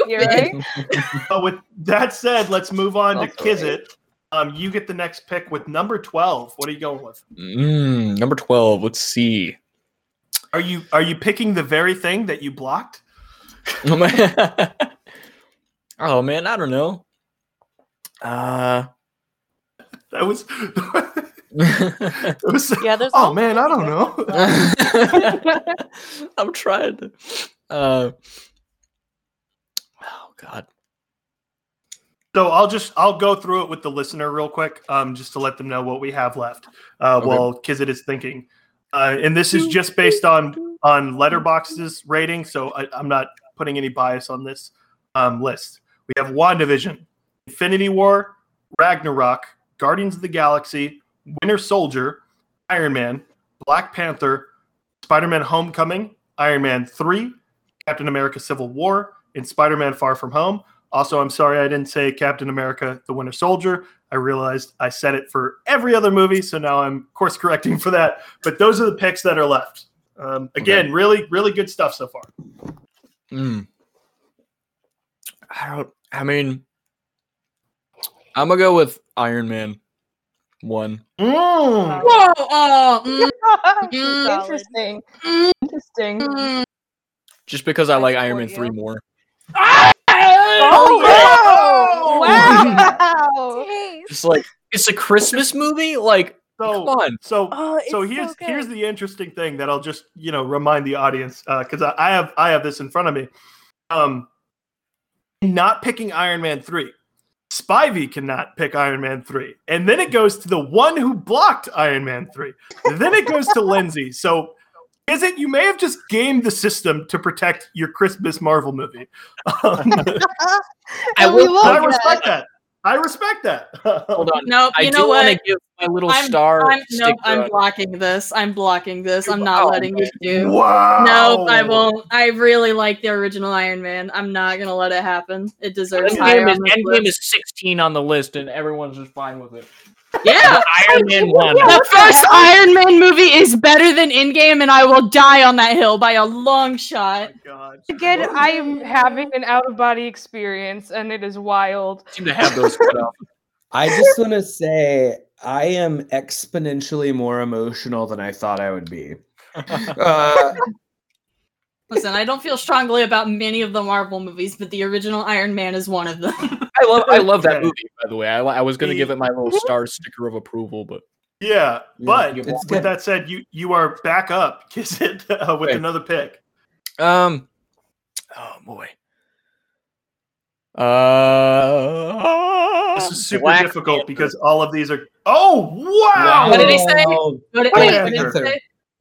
S3: You're right.
S4: stupid.
S1: But with that said, let's move on to
S4: That's all right.
S1: Kizit. Um, you get the next pick with number twelve. What are you going with?
S6: Mm, number twelve. Let's see.
S1: Are you are you picking the very thing that you blocked?
S6: oh man, I don't know. Uh,
S1: That was.
S6: I'm
S1: that was
S5: Yeah, there's.
S1: oh
S5: multiple
S1: man, I don't
S5: suggestions
S1: know.
S5: left.
S6: trying to. Uh, oh god.
S1: So I'll just I'll go through it with the listener real quick, um, just to let them know what we have left uh,
S6: Okay.
S1: while Kizit is thinking. Uh, and this is just based on on Letterboxd's rating, so I, I'm not putting any bias on this um, list. We have WandaVision, Infinity War, Ragnarok, Guardians of the Galaxy, Winter Soldier, Iron Man, Black Panther, Spider-Man: Homecoming, Iron Man Three, Captain America: Civil War, and Spider-Man: Far From Home. Also, I'm sorry I didn't say Captain America: The Winter Soldier. I realized I said it for every other movie, so now I'm course correcting for that. But those are the picks that are left. Um, again, really, really good stuff so far.
S6: Mm. I don't. I mean, I'm gonna go with Iron Man one.
S4: Whoa! Oh, mm, Mm.
S3: Interesting.
S4: mm,
S3: Interesting.
S4: mm.
S6: Just because I
S5: I
S6: like Iron
S5: support
S6: Man three
S5: you.
S6: more.
S3: Oh,
S1: Oh,
S5: yeah.
S3: wow! Wow!
S5: Dang.
S6: Just like it's a Christmas movie. Like
S1: So,
S6: come on.
S1: so
S5: Oh, it's
S1: so here's
S5: good.
S1: here's the interesting thing that I'll just you know remind the audience because I, I have I have this in front of me. Um, not picking Iron Man three. Spivey cannot pick Iron Man 3. And then it goes to the one who blocked Iron Man 3. Then it goes to Lindsay. So is it you may have just gamed the system to protect your Christmas Marvel movie? Um,
S3: And we love
S1: I
S3: that.
S1: respect that. I respect that.
S6: Hold on.
S4: Nope.
S6: I
S4: You
S6: do
S4: know
S6: wanna
S4: what?
S6: give my little
S4: I'm-
S6: star.
S4: I'm,
S6: sticker
S4: nope, I'm
S6: on-
S4: blocking this. I'm blocking this. I'm not
S6: Oh,
S4: letting you do.
S1: Wow. Oh
S4: No, I won't. I really like the original Iron Man. I'm not gonna let it happen. It deserves higher.
S6: Endgame is,
S4: on this
S6: Endgame
S4: list.
S6: is 16 on the list, and everyone's just fine with it.
S4: yeah.
S6: Iron Man one.
S4: The first Iron Man movie is better than Endgame, and I will die on that hill by a long shot.
S1: God.
S3: Again, I am having an out of body experience, and it is wild.
S6: seem to have those cut off.
S2: I just want to say I am exponentially more emotional than I thought I would be. Uh,
S4: Listen, I don't feel strongly about many of the Marvel movies, but the original Iron Man is one of them.
S6: I love I love that
S1: Okay.
S6: movie. By the way, I, I was gonna
S1: The-
S6: give it my little star sticker of approval, but
S1: Yeah, but
S6: you-
S1: with
S6: it's
S2: good.
S1: that said, you you are back up, kiss it uh, with
S6: Okay.
S1: another pick.
S6: um, oh boy, uh,
S1: This is super
S6: Black
S1: difficult
S6: Panther.
S1: because all of these are. Oh wow!
S4: What did he say? What it-
S2: Wow.
S6: Oh,
S1: Black
S4: wait, what did
S2: Panther.
S4: it say?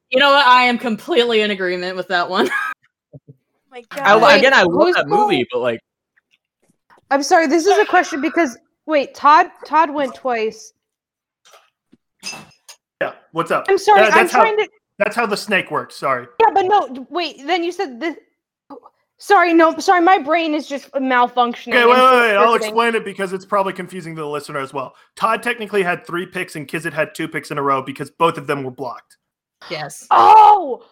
S4: You know what? I am completely in agreement with that one.
S5: Oh my
S6: I,
S5: god.
S3: Wait,
S6: again, I love
S3: who's
S6: that movie, but like
S3: I'm sorry. This is a question because wait, Todd. Todd went twice.
S1: Yeah, what's up?
S3: I'm sorry.
S1: That-
S3: I'm
S1: that's how
S3: trying to.
S1: that's how the snake works. Sorry.
S3: Yeah, but no. d- Wait. Then you said this. Sorry. No. Sorry. My brain is just malfunctioning.
S1: Okay, wait, wait,
S3: and
S1: wait. I'll
S3: processing.
S1: explain it because it's probably confusing to the listener as well. Todd technically had three picks and Kizit had two picks in a row because both of them were blocked.
S4: Yes.
S3: Oh.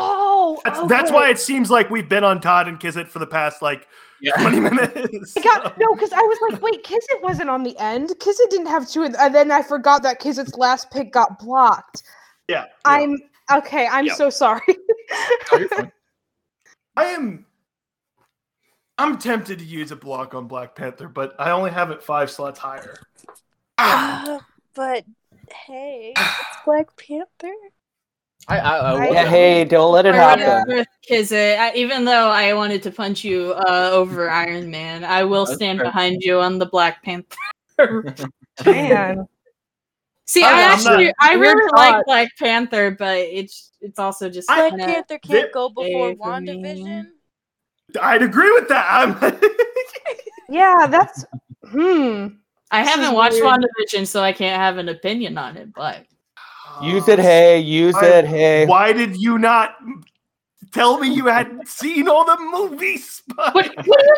S3: Oh.
S1: That's, that's why
S3: okay.
S1: it seems like we've been on Todd and Kizit for the past like
S6: Yeah.
S1: 20 minutes.
S3: I got no, because I was like, wait, Kizit wasn't on the end. Kizit didn't have two, of th- and then I forgot that Kizit's last pick got blocked.
S1: Yeah, yeah.
S3: I'm okay. I'm
S1: Yeah.
S3: so sorry.
S1: I am. I'm tempted to use a block on Black Panther, but I only have it five slots higher.
S5: Ah, but hey, it's Black Panther.
S6: I, I, I,
S3: I-
S2: Yeah, hey, don't let it
S4: I went
S2: happen.
S4: with Kizit. I, even though I wanted to punch you uh, over Iron Man, I will
S6: That's
S4: stand
S6: fair.
S4: behind you on the Black Panther.
S3: Man,
S4: See,
S1: I'm
S4: I
S1: not-
S4: actually, I
S3: Weird
S4: really
S3: thought.
S4: like Black Panther, but it's it's also just
S5: Black
S4: kinda-
S5: Panther can't
S1: thi-
S5: go before
S4: Hey, for me.
S5: WandaVision.
S1: I'd agree with that. I'm
S3: yeah, that's hmm.
S4: I
S3: This is
S4: haven't watched
S3: weird.
S4: WandaVision, so I can't have an opinion on it. But
S2: Use it, hey. Use
S1: I-
S2: it, hey.
S1: Why did you not tell me you had seen all the movies?
S4: what, what do you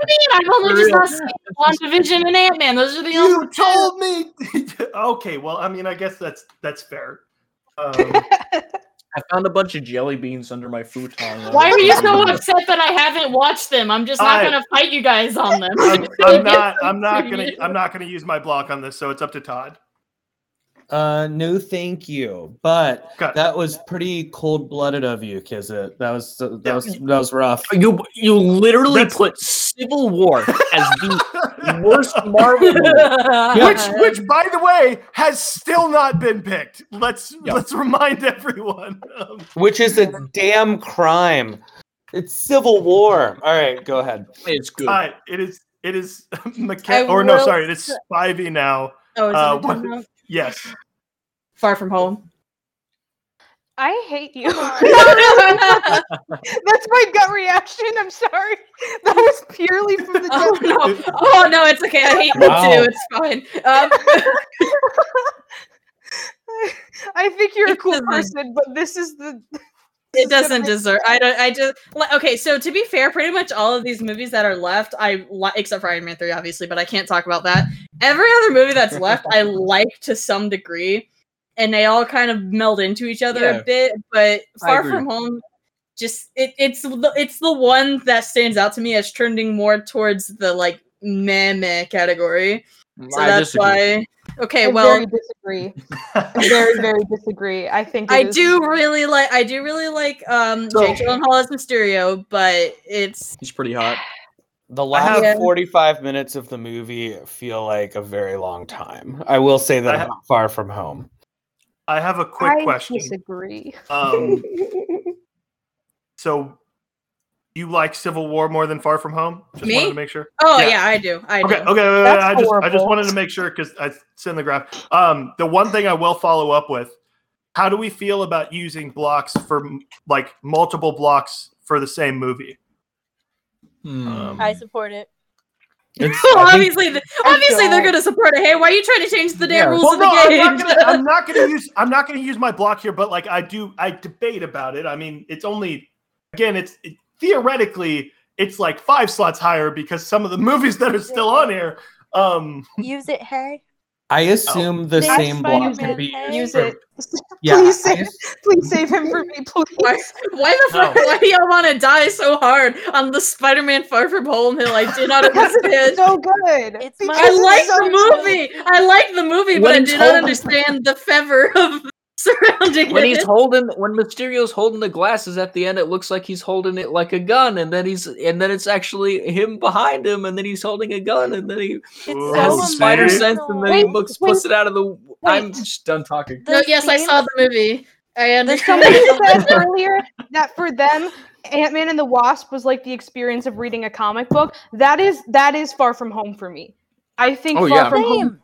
S4: mean? I've
S6: For
S4: only
S6: real.
S4: just not seen WandaVision and Ant Man. Those are the only.
S1: you told me. okay, well, I mean, I guess that's that's fair. Um,
S6: I found a bunch of jelly beans under my futon.
S4: Why are you so upset that I haven't watched them? I'm just not
S1: I-
S4: gonna fight you guys on them.
S1: I'm, I'm not. I'm not gonna. I'm not gonna use my block on this. So it's up to Todd.
S2: Uh, no, thank you. But
S1: Got-
S2: that was pretty cold blooded of you, Kizit. That was that
S1: Yeah.
S2: was that was rough.
S6: You you literally
S1: That's-
S6: put Civil War as the worst Marvel movie.
S1: which,
S4: Uh,
S1: which, by the way, has still not been picked. Let's
S6: Yeah.
S1: let's remind everyone. Um,
S2: Which is a damn crime. It's civil war. All right, go ahead.
S6: It's good.
S1: all right, it is. It is
S4: I
S1: McKay, or no,
S4: will
S1: sorry, it is Spivey now.
S4: Oh, is
S1: Uh,
S4: that what you're talking about?
S1: Yes,
S4: Far from home.
S3: I hate you. that's my gut reaction. I'm sorry. That was purely from the
S4: Oh
S3: depth.
S4: no! Oh no! It's okay. I hate
S2: Wow.
S4: you too. It's fine. Um,
S3: I think you're a
S4: It
S3: cool
S4: doesn't-
S3: person, but this is the. this is
S4: it
S3: the
S4: doesn't
S3: pick-
S4: deserve. I don't. I just li- okay. So to be fair, pretty much all of these movies that are left, I li- except for Iron Man three, obviously, but I can't talk about that. Every other movie that's left, I like to some degree, and they all kind of meld into each other
S6: Yeah.
S4: a bit. But
S6: I
S4: Far
S6: agree.
S4: From Home, just it, it's the, it's the one that stands out to me as trending more towards the like meh meh category. So
S6: I
S4: that's
S6: disagree.
S4: why. Okay,
S3: I
S4: well,
S3: very disagree. I very, very disagree. I think it
S4: I
S3: is-
S4: do really like I do really like um
S1: So-
S4: Jake Gyllenhaal as Mysterio, but it's
S6: He's pretty hot.
S2: The last
S4: have-
S2: 45 minutes of the movie feel like a very long time. I will say that
S1: I have-
S2: about far from home.
S1: I have a quick
S3: I
S1: question.
S3: disagree.
S1: Um, so you like Civil War more than Far From Home? Just
S4: Me?
S1: wanted to make sure.
S4: Oh yeah, I do. I
S1: Okay,
S4: do.
S1: okay, wait, wait,
S3: That's
S1: I just I just
S3: horrible.
S1: wanted to make sure because I send the graph. Um, the one thing I will follow up with: How do we feel about using blocks for m- like multiple blocks for the same movie?
S6: Hmm.
S1: Um,
S5: I support it.
S2: It's-
S4: Well,
S2: I think-
S4: obviously, th- obviously they're
S3: don't-
S4: going to support it. Hey, why are you trying to change the damn
S2: Yeah.
S4: rules
S1: Well,
S4: of the
S1: no, I'm
S4: game?
S1: not, gonna, I'm not gonna use I'm not gonna use my block here, but like I do, I debate about it. I mean, it's only again, it's it, theoretically it's like five slots higher because some of the movies that are still on here. Um,
S5: Use it, hey.
S2: I assume the
S5: Next
S2: same block
S5: Spider-Man
S2: can be
S5: page.
S2: used
S3: Use it.
S2: for. Yeah, I
S3: please, save,
S2: ass-
S3: please save him for me,
S4: why,
S3: please.
S4: why the fuck?
S1: No.
S4: Why do y'all want to die so hard on the Spider-Man Far From Home hill? I did not understand.
S3: It's so good.
S5: It's
S3: Because
S5: my-
S4: I
S5: This is
S4: like
S3: so
S4: the
S3: good.
S4: movie. I like the movie, but
S7: When
S4: I
S7: he's
S4: did not
S7: holding-
S4: understand the fever of surrounding
S7: when
S4: it.
S7: he's holding when Mysterio's holding the glasses at the end, it looks like he's holding it like a gun, and then he's and then it's actually him behind him, and then he's holding a gun, and then he
S5: It's
S1: Ooh.
S5: so
S7: has a spider
S5: emotional.
S7: sense, and then he
S3: Wait,
S7: looks
S3: wait,
S7: puts it out of the. I'm just done talking.
S5: The
S4: no, yes, I
S5: scene-
S4: saw the movie. I
S5: There's
S4: understand.
S3: Somebody said earlier that for them, Ant Man and the Wasp was like the experience of reading a comic book. That is that is far from home for me. I think
S8: Oh,
S3: far
S8: yeah.
S3: from home,
S5: Same.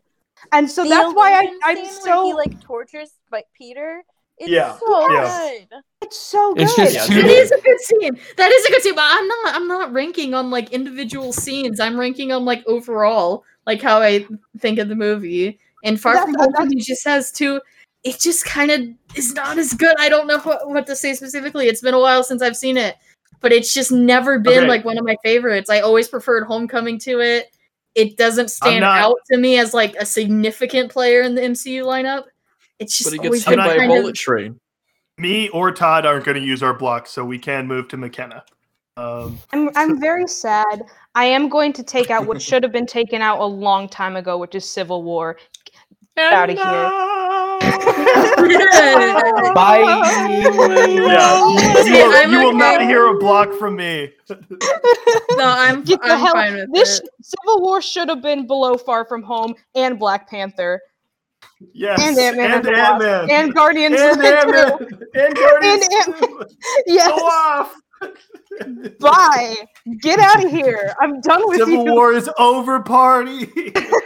S3: and so
S5: The
S3: that's why I,
S5: illusion
S3: I'm
S5: scene
S3: so
S5: where he like tortures like Peter. It's
S1: Yeah.
S5: so
S1: Yes.
S5: good.
S3: it's so good.
S2: It's just
S1: Yeah,
S2: too.
S4: That is a good scene. That is a good scene, but I'm not. I'm not ranking on like individual scenes. I'm ranking on like overall, like how I think of the movie. And Far
S3: That-
S4: From
S3: that-
S4: Home
S3: that's-
S4: he just has two. It just kind of is not as good. I don't know what, what to say specifically. It's been a while since I've seen it, but it's just never been
S1: Okay.
S4: like one of my favorites. I always preferred Homecoming to it. It doesn't stand
S1: not-
S4: out to me as like a significant player in the MCU lineup. It's
S7: But
S4: just
S7: he
S4: always
S7: gets hit
S4: been
S7: by a
S4: kind of-
S7: bullet train.
S1: me or Todd aren't going to use our block, so we can move to McKenna. Um,
S3: I'm I'm very sad. I am going to take out what should have been taken out a long time ago, which is Civil War. Get out of here.
S2: Bye.
S1: Yeah, you, you will-
S4: I'm
S1: you will not
S4: okay.
S1: hear a block from me.
S4: No, I'm,
S3: Get the
S4: I'm
S3: hell-
S4: fine with
S3: This
S4: it.
S3: Civil War should have been below Far From Home and Black Panther
S1: Yes,
S3: And Ant-Man and
S1: and
S3: the Wasp.
S1: Ant-Man.
S3: and Guardians. of
S1: and
S3: the
S1: Ant-Man.
S3: Galaxy.
S1: and Guardians
S3: And Ant-
S1: two. Go
S3: Yes.
S1: off.
S3: Bye. Get out of here. I'm done with
S1: Civil
S3: you.
S1: War is over, party.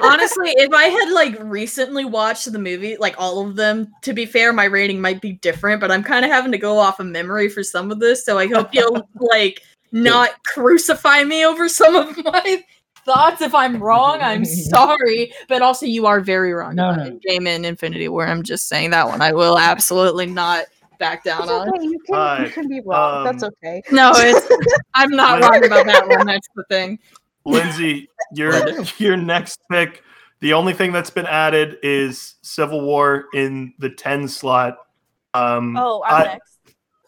S4: Honestly, if I had like recently watched the movie, like all of them, to be fair, my rating might be different, but I'm kind of having to go off of memory for some of this, so I hope you'll like not crucify me over some of my thoughts if I'm wrong. I'm sorry, but also you are very wrong.
S7: No,
S4: about
S7: no.
S4: Endgame and Infinity War. I'm just saying that one. I will absolutely not back down
S3: It's
S4: on.
S3: okay. You can,
S1: Bye.
S3: you can be wrong. That's
S1: Um,
S3: okay.
S4: No, it's, I'm not wrong about that one. That's the thing.
S1: Lindsay, your your next pick. The only thing that's been added is Civil War in the ten slot. Um,
S5: Oh, I'm
S1: I-
S5: next.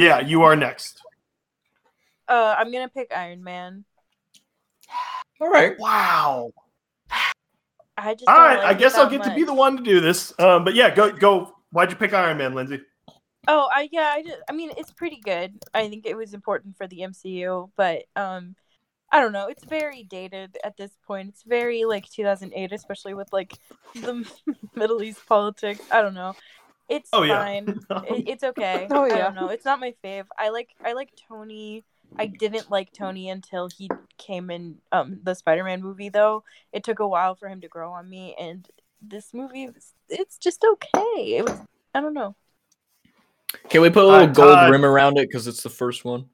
S1: yeah, you are next.
S5: Uh, I'm gonna pick Iron Man.
S2: All right.
S1: Wow.
S5: I just
S1: All
S5: don't
S1: right,
S5: like
S1: I
S5: it
S1: guess I'll
S5: that
S1: get to be
S5: much.
S1: the one to do this. Um, but yeah, go go. Why'd you pick Iron Man, Lindsay?
S5: Oh, I yeah, I, just, I mean it's pretty good. I think it was important for the MCU, but um, I don't know. It's very dated at this point. It's very like 2008, especially with like the Middle East politics. I don't know. It's
S1: Oh, yeah.
S5: fine. It, it's okay.
S3: Oh,
S5: I
S3: yeah.
S5: don't know. It's not my fave. I like I like Tony. I didn't like Tony until he came in um the Spider-Man movie though. It took a while for him to grow on me and this movie it's- it's just okay. It was I don't know.
S7: Can we put a little
S1: Uh,
S7: gold
S1: Todd.
S7: rim around it because it's the first one?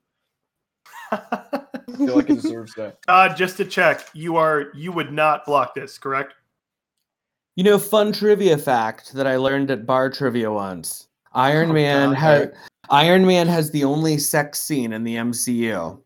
S7: I feel like it deserves that.
S1: Todd, Uh, just to check, you are you would not block this, correct?
S2: You know, fun trivia fact that I learned at bar trivia once. Iron
S1: Oh,
S2: Man
S1: God.
S2: has Iron Man has the only sex scene in the MCU.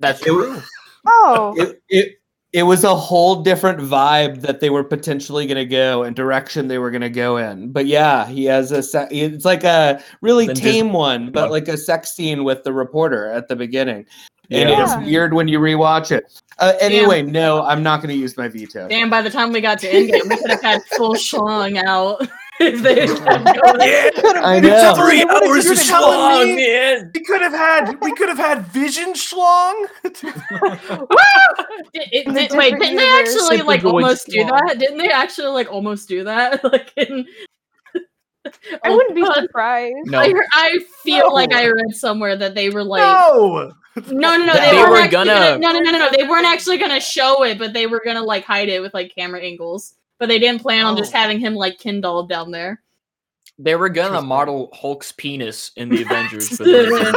S7: That's
S2: It was-
S3: Oh,
S2: It it it was a whole different vibe that they were potentially going to go and direction they were going to go in. But yeah, he has a se- it's like a really
S7: Then Dis-
S2: tame one,
S7: one.
S2: but like a sex scene with the reporter at the beginning. And
S3: Yeah.
S2: it's weird when you rewatch it. Uh, anyway, no, I'm not going to use my veto.
S4: Damn, by the time we got to Endgame, we could have had full schlong out. if they had kept going.
S7: Yeah,
S2: I
S1: It's
S2: know.
S1: three
S7: three
S1: What if hours
S7: hours
S1: you're
S7: of
S1: of telling schlong,
S7: schlong,
S1: me- We could have had we could have had Vision Schlong.
S4: It- it
S3: In a
S4: did- wait,
S3: different
S4: didn't
S3: universe.
S4: they actually like
S7: Superboy's
S4: almost do
S7: schlong.
S4: that? Didn't they actually like almost do that? Like in
S3: I wouldn't be
S4: Oh, God.
S3: surprised.
S6: No,
S4: I, heard- I feel
S1: No.
S4: like I read somewhere that they were like,
S1: no.
S4: no, no, no,
S6: That they
S4: they, weren't
S6: were
S4: actually
S6: gonna-
S4: gonna, no, no, no, no, no, they weren't actually gonna show it, but they were gonna like hide it with like camera angles. But they didn't plan on just
S6: Oh.
S4: having him like kindled down there.
S6: They were gonna
S1: Interesting.
S6: model Hulk's penis in the Avengers. but they didn't.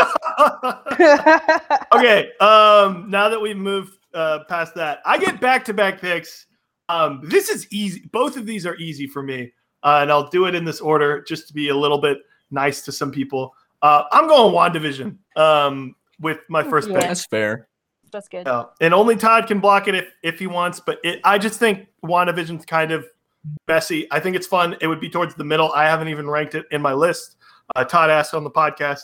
S1: okay. Um, now that we've moved uh, past that, I get back to back picks. Um, this is easy. Both of these are easy for me, uh, and I'll do it in this order just to be a little bit nice to some people. Uh, I'm going Wandavision um, with my first
S7: Yeah.
S1: pick.
S6: That's fair.
S5: That's good.
S1: Yeah. And only Todd can block it if, if he wants, but it, I just think WandaVision's kind of messy. I think it's fun. It would be towards the middle. I haven't even ranked it in my list. Uh, Todd asked on the podcast.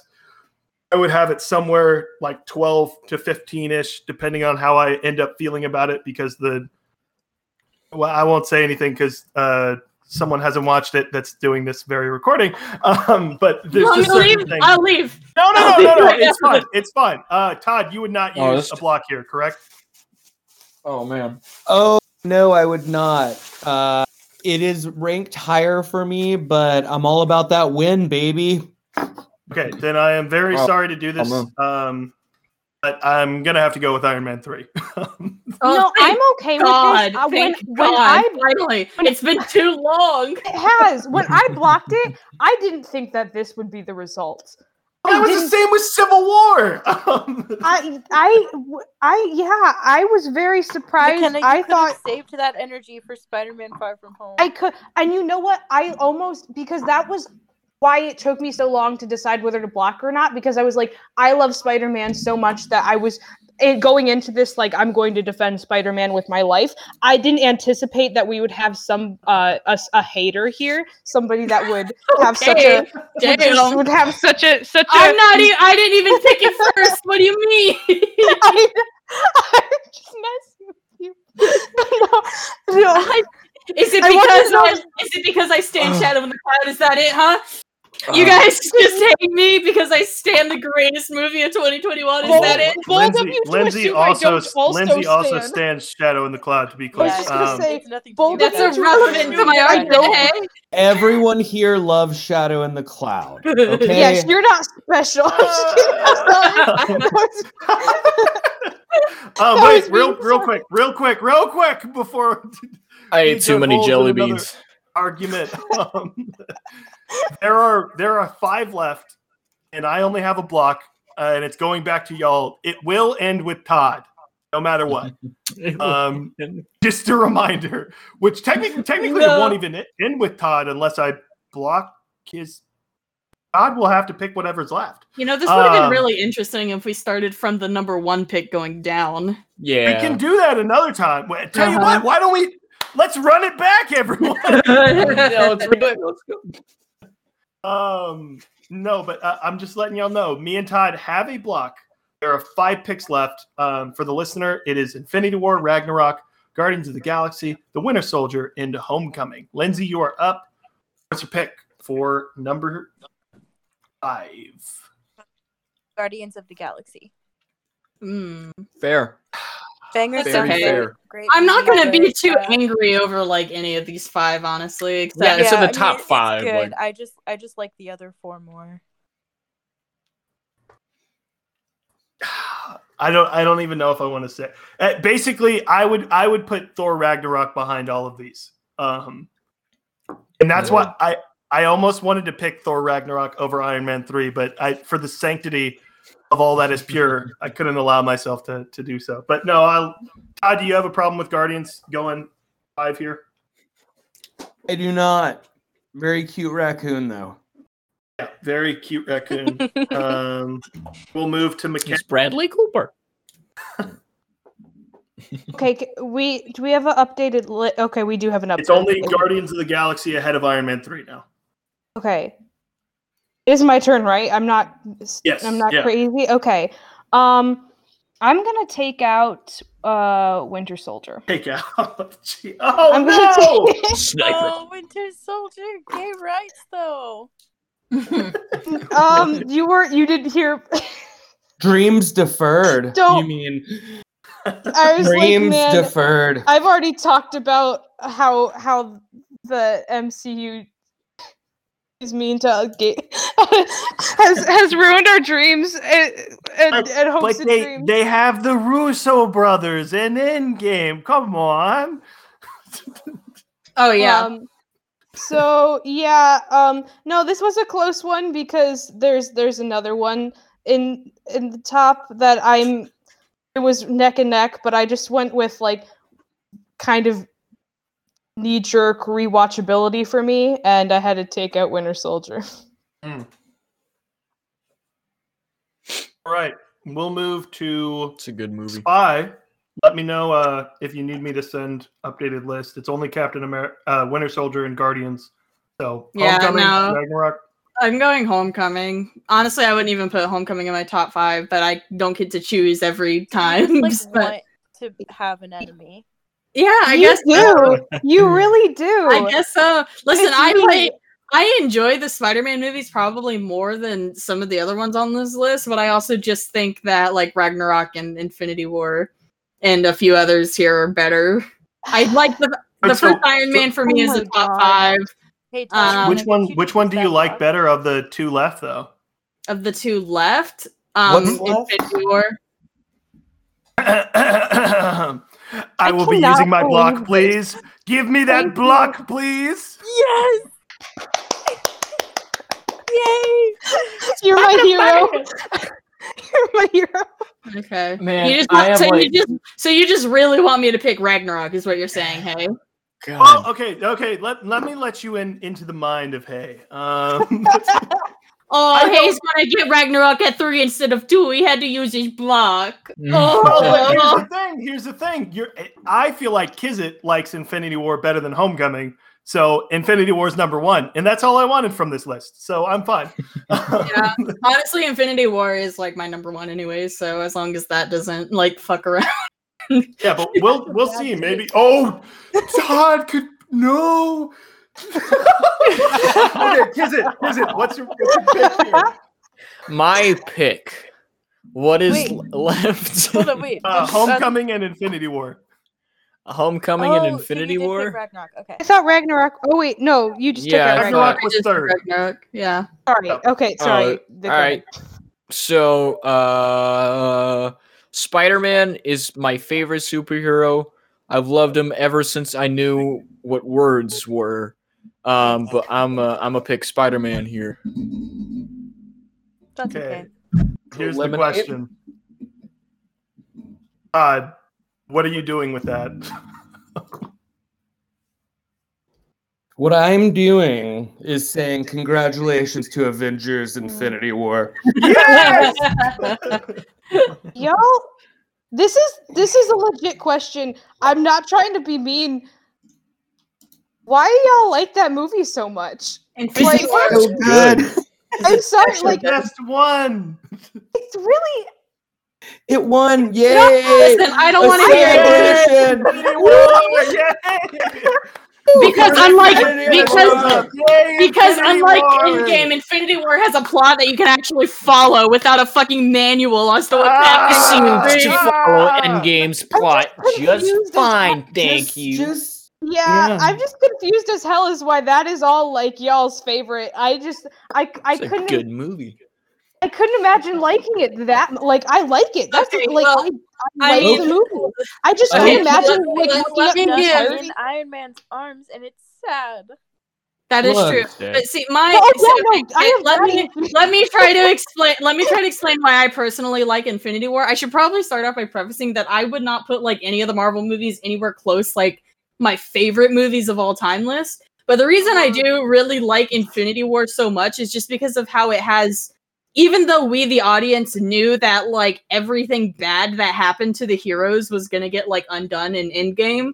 S1: I would have it somewhere like 12 to 15 ish, depending on how I end up feeling about it, because the. Well, I won't say anything because uh, someone hasn't watched it that's doing this very recording. Um, but there's
S4: I'll
S1: just
S4: leave.
S1: certain things.
S4: I'll leave.
S1: No, no, no, no, no.
S4: Right
S1: It's fine. It's fine. Uh, Todd, you would not
S7: Oh,
S1: use
S7: that's-
S1: a block here, correct?
S7: Oh man.
S2: Oh no, I would not. Uh, it is ranked higher for me, but I'm all about that win, baby.
S1: Okay, then I am very
S7: Oh,
S1: sorry to do this.
S7: I'm
S1: Um, but I'm gonna have to go with Iron Man three.
S4: Oh,
S3: no, I'm
S4: thank
S3: okay with
S4: God,
S3: this. Uh, when,
S4: thank
S3: when
S4: God,
S3: I
S4: finally, it's been too long.
S3: it has when I blocked it, I didn't think that this would be the result. I
S1: that was the
S3: didn't-
S1: same with Civil War. Um,
S3: I, I, w- I, yeah, I was very
S5: I,
S3: surprised. I thought
S5: saved that energy for Spider-Man Far From Home.
S3: I could, and you know what? I almost because that was why it took me so long to decide whether to block or not. Because I was like, I love Spider Man so much that I was eh, going into this like I'm going to defend Spider Man with my life. I didn't anticipate that we would have some uh, a, s- a hater here, somebody that would have such a would, just-
S4: Damn.
S3: would have such a such a.
S4: I'm not. E- I didn't even pick it first. What do you mean?
S3: I, I just messing with you. But no, no,
S4: Is it
S3: I wanna
S4: because
S3: know-
S4: I, is it because I stand shadow in the cloud? Is that it, huh?
S6: Uh.
S4: You guys just hate me because I stand the greatest movie of 2021. Is
S3: Well,
S4: that it?
S3: bold of you to
S1: Lindsay
S3: assume I
S1: also
S3: don't also
S1: Lindsay also
S3: stand.
S1: stands Shadow in the Cloud. To be
S5: Yeah,
S1: clear,
S3: was just gonna
S1: um,
S3: say,
S5: it's nothing to do
S3: bold
S5: with
S4: That's
S5: that.
S4: irrelevant to my
S5: I
S4: argument.
S5: don't-
S4: hey?
S2: Everyone here loves Shadow in the Cloud. Okay.
S3: Yes, you're not special. I'm
S1: Uh,
S3: just kidding. I'm sorry. That was-
S1: um,
S3: That
S1: Oh, wait,
S3: was me,
S1: real,
S3: I'm
S1: real
S3: sorry.
S1: quick, real quick, real quick, before
S6: I
S1: You
S6: ate too
S1: dug
S6: many
S1: holes in
S6: jelly
S1: another-
S6: beans.
S1: argument. Um, there are there are five left, and I only have a block, uh, and it's going back to y'all. It will end with Todd, no matter what. Um, just a reminder, which technically technically it
S4: No.
S1: won't even e- end with Todd unless I block his. Todd will have to pick whatever's left.
S4: You know, this would have been
S1: Um,
S4: really interesting if we started from the number one pick going down.
S6: yeah.
S1: We can do that another time. Wait, tell you
S4: Uh-huh.
S1: what, why don't we? Let's run it back, everyone.
S7: Uh, no, it's really, let's go.
S1: Um, no, but uh, I'm just letting y'all know. Me and Todd have a block. There are five picks left. Um, for the listener, it is Infinity War, Ragnarok, Guardians of the Galaxy, The Winter Soldier, and Homecoming. Lindsay, you are up. What's your pick for number five?
S5: Guardians of the Galaxy.
S4: Hmm.
S7: Fair.
S5: Banger
S4: That's
S5: soundtrack,
S4: okay.
S7: fair.
S5: Great
S4: I'm not
S5: movie,
S4: gonna be
S5: great,
S4: too
S5: uh,
S4: angry over like any of these five, honestly.
S6: Yeah,
S4: Except
S6: it's in the
S5: I mean,
S6: top
S5: it's
S6: five,
S5: Good.
S6: like-
S5: I just I just like the other four more.
S1: I don't. I don't even know if I want to say. Uh, basically, I would. I would put Thor Ragnarok behind all of these. Um, and that's why I. I almost wanted to pick Thor Ragnarok over Iron Man three, but I, for the sanctity of all that is pure, I couldn't allow myself to to do so. But no, I'll, Todd, do you have a problem with Guardians going five here?
S2: I do not. Very cute raccoon though.
S1: Yeah, very cute raccoon. um, we'll move to McKenna.
S6: It's Bradley Cooper.
S3: okay, c- we do we have an updated li- Okay, we do have an update.
S1: It's only Guardians of the Galaxy ahead of Iron Man three now.
S3: Okay. It is my turn, right? I'm not s-
S1: Yes,
S3: I'm not
S1: yeah.
S3: crazy. Okay. Um I'm going to take out uh Winter Soldier.
S1: Take out. Gee, oh
S3: I'm
S1: no!
S3: going to
S6: Sniper.
S5: Oh, Winter Soldier, gay rights though.
S4: Oh,
S3: take Um you were you didn't hear
S2: Dreams deferred.
S3: Don't-
S2: you mean
S3: I was like,
S2: dreams
S3: man,
S2: deferred?
S3: I've already talked about how how the MCU is mean to get has has ruined our dreams and, and, and hopes
S1: But
S3: and
S1: they
S3: dreams.
S1: they have the Russo brothers and Endgame. Come on.
S4: Oh yeah.
S3: Um, so yeah, um, no, this was a close one because there's there's another one in in the top that I'm it was neck and neck, but I just went with like kind of knee jerk rewatchability for me, and I had to take out Winter Soldier.
S1: All right, we'll move to
S6: It's a good movie.
S1: Spy. Let me know uh, if you need me to send updated list. It's only Captain America, uh, Winter Soldier, and Guardians. So
S4: Yeah,
S1: Homecoming,
S4: no.
S1: Ragnarok.
S4: I'm going Homecoming. Honestly, I wouldn't even put Homecoming in my top five, but I don't get to choose every time.
S5: like
S4: but-
S5: want to have an enemy.
S4: yeah, I
S3: you
S4: guess
S3: do. you really do.
S4: I guess so. Listen,
S3: It's
S4: I
S3: really-
S4: like I enjoy the Spider-Man movies probably more than some of the other ones on this list, but I also just think that like Ragnarok and Infinity War and a few others here are better. I like the the
S1: But
S4: first
S1: so-
S4: Iron
S1: so-
S4: Man for me
S3: Oh
S4: is the
S3: my
S4: top
S3: God.
S4: five
S5: Hey, Tom,
S4: Um,
S5: I'm
S4: Which
S1: which
S5: gonna
S1: one?
S5: get
S1: Which
S5: to
S1: one
S5: use
S1: do you
S5: that
S1: like
S5: dog.
S1: better of the two left, though?
S4: of the two left. Um,
S2: What's left?
S4: Infinity War.
S1: I,
S3: I
S1: will be
S3: cannot
S1: using my block,
S3: believe
S1: please. Give me that
S3: Thank you.
S1: block, please.
S5: Yes. Yay!
S3: You're my hero. You're my hero.
S4: Okay,
S7: Man,
S4: you just want-
S7: I have,
S4: so you
S7: like-
S4: just so you just really want me to pick Ragnarok is what you're saying, hey?
S1: Oh, okay, okay. Let let me let you in into the mind of Hay. Um,
S4: Oh,
S1: I
S4: Hayes gonna get Ragnarok at three instead of two. He had to use his block.
S7: Mm.
S1: well, but here's
S4: Oh,
S1: the thing. Here's the thing. You're, I feel like Kizit likes Infinity War better than Homecoming, so Infinity War is number one, and that's all I wanted from this list. So I'm fine.
S4: Yeah. honestly, Infinity War is like my number one anyway. So as long as that doesn't like fuck around,
S1: Yeah, but we'll we'll see. Maybe. Oh, Todd could no. okay, kiss it, kiss it. What's your, what's your pick here?
S7: My pick. What is
S5: Wait.
S7: l- left?
S5: Hold on, wait.
S1: Uh,
S5: that's-
S1: Homecoming and Infinity War.
S7: Homecoming
S5: oh, so
S7: and
S5: you
S7: Infinity
S5: did pick
S7: War.
S5: Ragnarok. Okay.
S3: I thought Ragnarok. Oh wait, no, you just
S7: Yeah,
S3: took out
S7: I
S3: Ragnarok.
S1: Ragnarok
S4: I
S1: was
S4: just-
S1: third.
S4: Ragnarok, yeah.
S3: Sorry. Okay, sorry.
S7: All right. So, uh, Spider-Man is my favorite superhero. I've loved him ever since I knew what words were. Um, but I'm uh, I'm a pick Spider-Man here.
S5: That's okay.
S1: Okay. Here's the
S7: Eliminate it.
S1: question. Todd, what are you doing with that?
S2: What I'm doing is saying congratulations to Avengers Infinity War.
S1: Yes!
S3: Y'all, this is this is a legit question. I'm not trying to be mean. Why y'all like that movie so much?
S4: Infinity War.
S2: So good.
S3: I'm sorry,
S1: That's
S3: like
S1: the best one.
S3: it's really
S2: It won. Yay!
S4: Listen, I don't want to hear it
S2: Ascension!
S1: Infinity War, yay!
S4: because
S2: Infinity
S4: unlike
S2: War.
S4: because
S1: Yay,
S4: because
S1: Infinity
S4: unlike
S1: War.
S4: Endgame, Infinity War has a plot that you can actually follow without a fucking manual as to what's
S1: Ah!
S7: Seems
S4: happening.
S7: to follow
S1: Ah!
S7: Endgame's plot just
S3: confused as
S7: fine. Thank
S2: Just-
S7: you.
S2: Just
S3: yeah,
S2: Yeah.
S3: I'm just confused as hell as why that is all like y'all's favorite. I just I I
S7: it's a
S3: couldn't
S7: good movie.
S3: I couldn't imagine liking it that mu- like I like it. That's
S4: Okay,
S3: like
S4: well,
S3: I, I
S4: I
S3: like
S4: mean-
S3: the movie. I just
S2: Okay,
S3: couldn't imagine
S4: let-
S3: like
S4: let-
S3: looking
S4: let
S3: at
S4: me
S3: the
S4: give-
S5: Nuts
S3: entirety.
S5: in Iron Man's arms, and it's sad.
S4: That is
S2: Look.
S4: true. But see, my
S3: Oh,
S4: so,
S3: yeah, no,
S4: okay,
S3: I have
S4: let
S3: that
S4: me
S3: in-
S4: let me try to explain. Let me try to explain why I personally like Infinity War. I should probably start off by prefacing that I would not put like any of the Marvel movies anywhere close like my favorite movies of all time list. But the reason I do really like Infinity War so much is just because of how it has even though we the audience knew that like everything bad that happened to the heroes was going to get like undone in Endgame,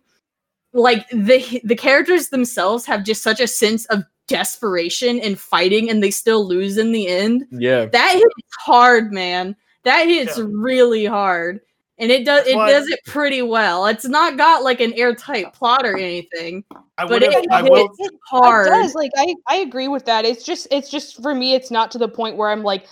S4: like the the characters themselves have just such a sense of desperation and fighting and they still lose in the end
S7: Yeah.
S4: that hits hard man that hits
S1: Yeah.
S4: really hard and it does
S1: That's
S4: it
S1: why-
S4: does it pretty well it's not got like an airtight plot or anything
S1: I
S4: but
S1: would
S4: it
S1: have. I
S4: hits
S1: will.
S4: hard
S3: It does. Like I, I agree with that. It's just it's just for me it's not to the point where I'm like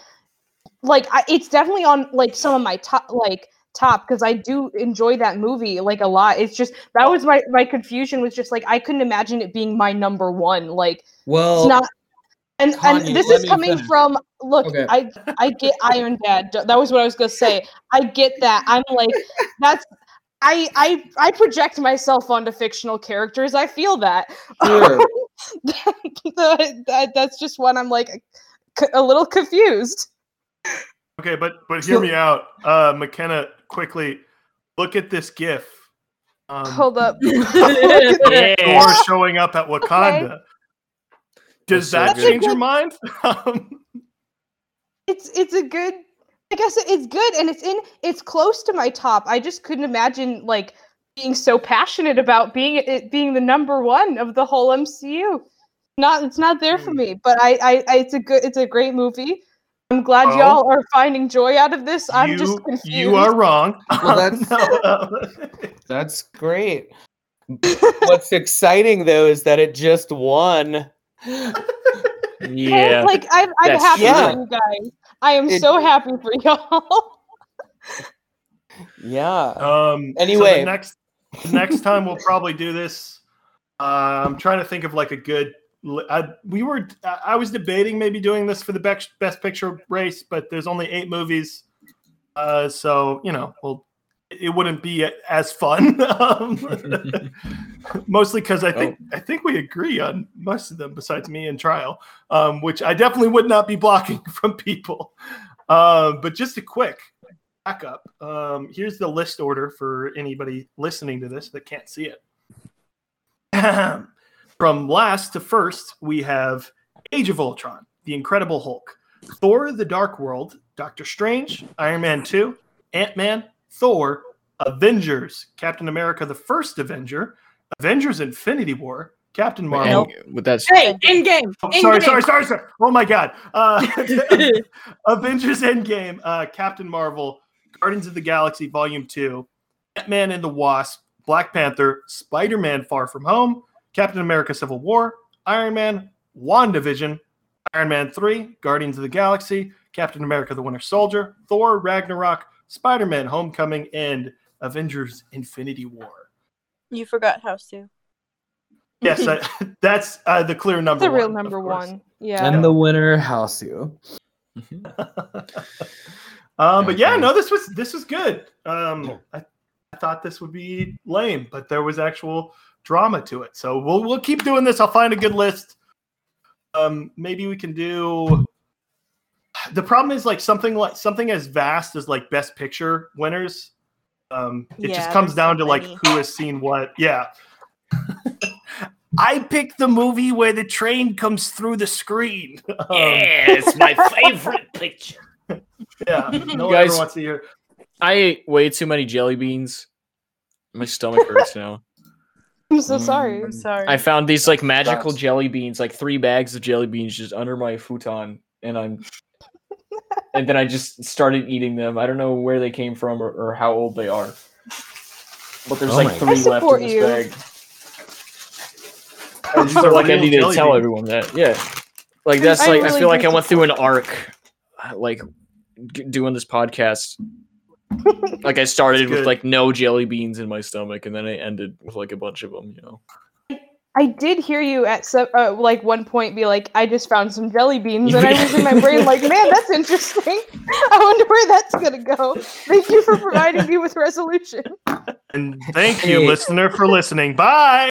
S3: like I, it's definitely on like some of my top like top because I do enjoy that movie like a lot. It's just that was my my confusion was just like I couldn't imagine it being my number one. Like
S2: well.
S3: it's not And
S8: Kanye,
S3: and this
S8: Oh. let
S3: is
S8: me
S3: coming
S8: finish.
S3: from look,
S8: Okay.
S3: I I get Iron Dad. That was what I was gonna say. I get that. I'm like, that's I I I project myself onto fictional characters. I feel that.
S8: Sure.
S3: that, that- that's just when I'm like c- a little confused.
S1: Okay, but but hear me out, uh, McKenna. Quickly, look at this GIF. Um,
S3: Hold up.
S1: Thor showing up at Wakanda. Does
S6: That's
S1: that
S6: so
S1: change
S3: good.
S1: your mind? Um,
S3: It's it's a good. I guess it- it's good and it's in it's close to my top. I just couldn't imagine like being so passionate about being it being the number one of the whole MCU. Not it's not there
S1: Hmm.
S3: for me, but I I, I it's a good it's a great movie. I'm glad
S1: Well,
S3: y'all are finding joy out of this. I'm
S1: Oh. you,
S3: just confused.
S1: You are wrong.
S2: Well, that's-
S1: No, uh,
S2: That's great. What's exciting though is that it just won.
S3: Okay,
S6: Yeah.
S3: Like I'm I'm
S6: That's
S3: happy
S2: Yeah.
S3: for you guys. I am
S2: It-
S3: so happy for y'all.
S2: Yeah.
S1: um, so the
S2: Anyway.
S1: next the next time we'll probably do this. Uh, I'm trying to think of like a good. li- I, we were. I I was debating maybe doing this for the best best picture race, but there's only eight movies, uh, so you know, well, it wouldn't be as fun. um, mostly because I think I think we agree on most of them, besides me and trial, um, which I definitely would not be blocking from people. Um, but just a quick backup. Um, here's the list order for anybody listening to this that can't see it. from last to first, we have Age of Ultron, The Incredible Hulk, Thor: The Dark World, Doctor Strange, Iron Man Two, Ant Man, Thor. Avengers, Captain America, the first Avenger, Avengers Infinity War, Captain Marvel.
S7: But that's
S4: hey, in game.
S1: Oh, sorry, sorry, sorry, sorry. Oh my God. Uh, Avengers Endgame, uh, Captain Marvel, Guardians of the Galaxy Volume 2, Batman and the Wasp, Black Panther, Spider Man Far From Home, Captain America Civil War, Iron Man, WandaVision, Iron Man 3, Guardians of the Galaxy, Captain America the Winter Soldier, Thor, Ragnarok, Spider Man Homecoming, and Avengers Infinity War.
S5: You forgot how Sue.
S1: Yes, I, that's uh, the clear number.
S3: the real
S1: one, of
S3: number
S1: course.
S3: one. Yeah.
S2: And the winner, house you.
S7: Mm-hmm.
S1: um, but yeah, no, this was this was good. Um, I, I thought this would be lame, but there was actual drama to it. So we'll we'll keep doing this. I'll find a good list. Um, maybe we can do. The problem is like something like something as vast as like best picture winners. Um, it
S5: Yeah,
S1: just comes
S5: there's so
S1: down to like
S5: many.
S1: who has seen what. Yeah. I picked the movie where the train comes through the screen. Um,
S7: it's my favorite picture.
S1: Yeah, no one
S7: Guys-
S1: ever wants to hear.
S7: I ate way too many jelly beans. My stomach hurts now.
S3: I'm
S1: Mm.
S3: so sorry.
S8: Mm.
S5: I'm sorry.
S7: I found these like magical
S2: Sucks.
S7: jelly beans, like three bags of jelly beans just under my futon, and I'm and then I just started eating them. I don't know where they came from or, or how old they are. But there's
S8: Oh my
S7: like three
S3: God. I
S7: left
S3: support
S7: in this
S3: you.
S7: bag. I just felt like I
S1: Real
S7: needed to
S1: jelly
S7: tell
S1: beans.
S7: everyone that. Yeah. Like that's
S3: I
S7: like I
S3: really
S7: feel like
S3: do
S7: I went through an arc like g- doing this podcast. Like I started
S1: It's
S7: with
S1: good.
S7: like no jelly beans in my stomach and then I ended with like a bunch of them, you know.
S3: I did hear you at some, uh, like one point be like, "I just found some jelly beans," and I was in my brain like, "Man, that's interesting. I wonder where that's gonna go." Thank you for providing me with resolution.
S1: And thank
S2: Hey.
S1: you, listener, for listening. Bye.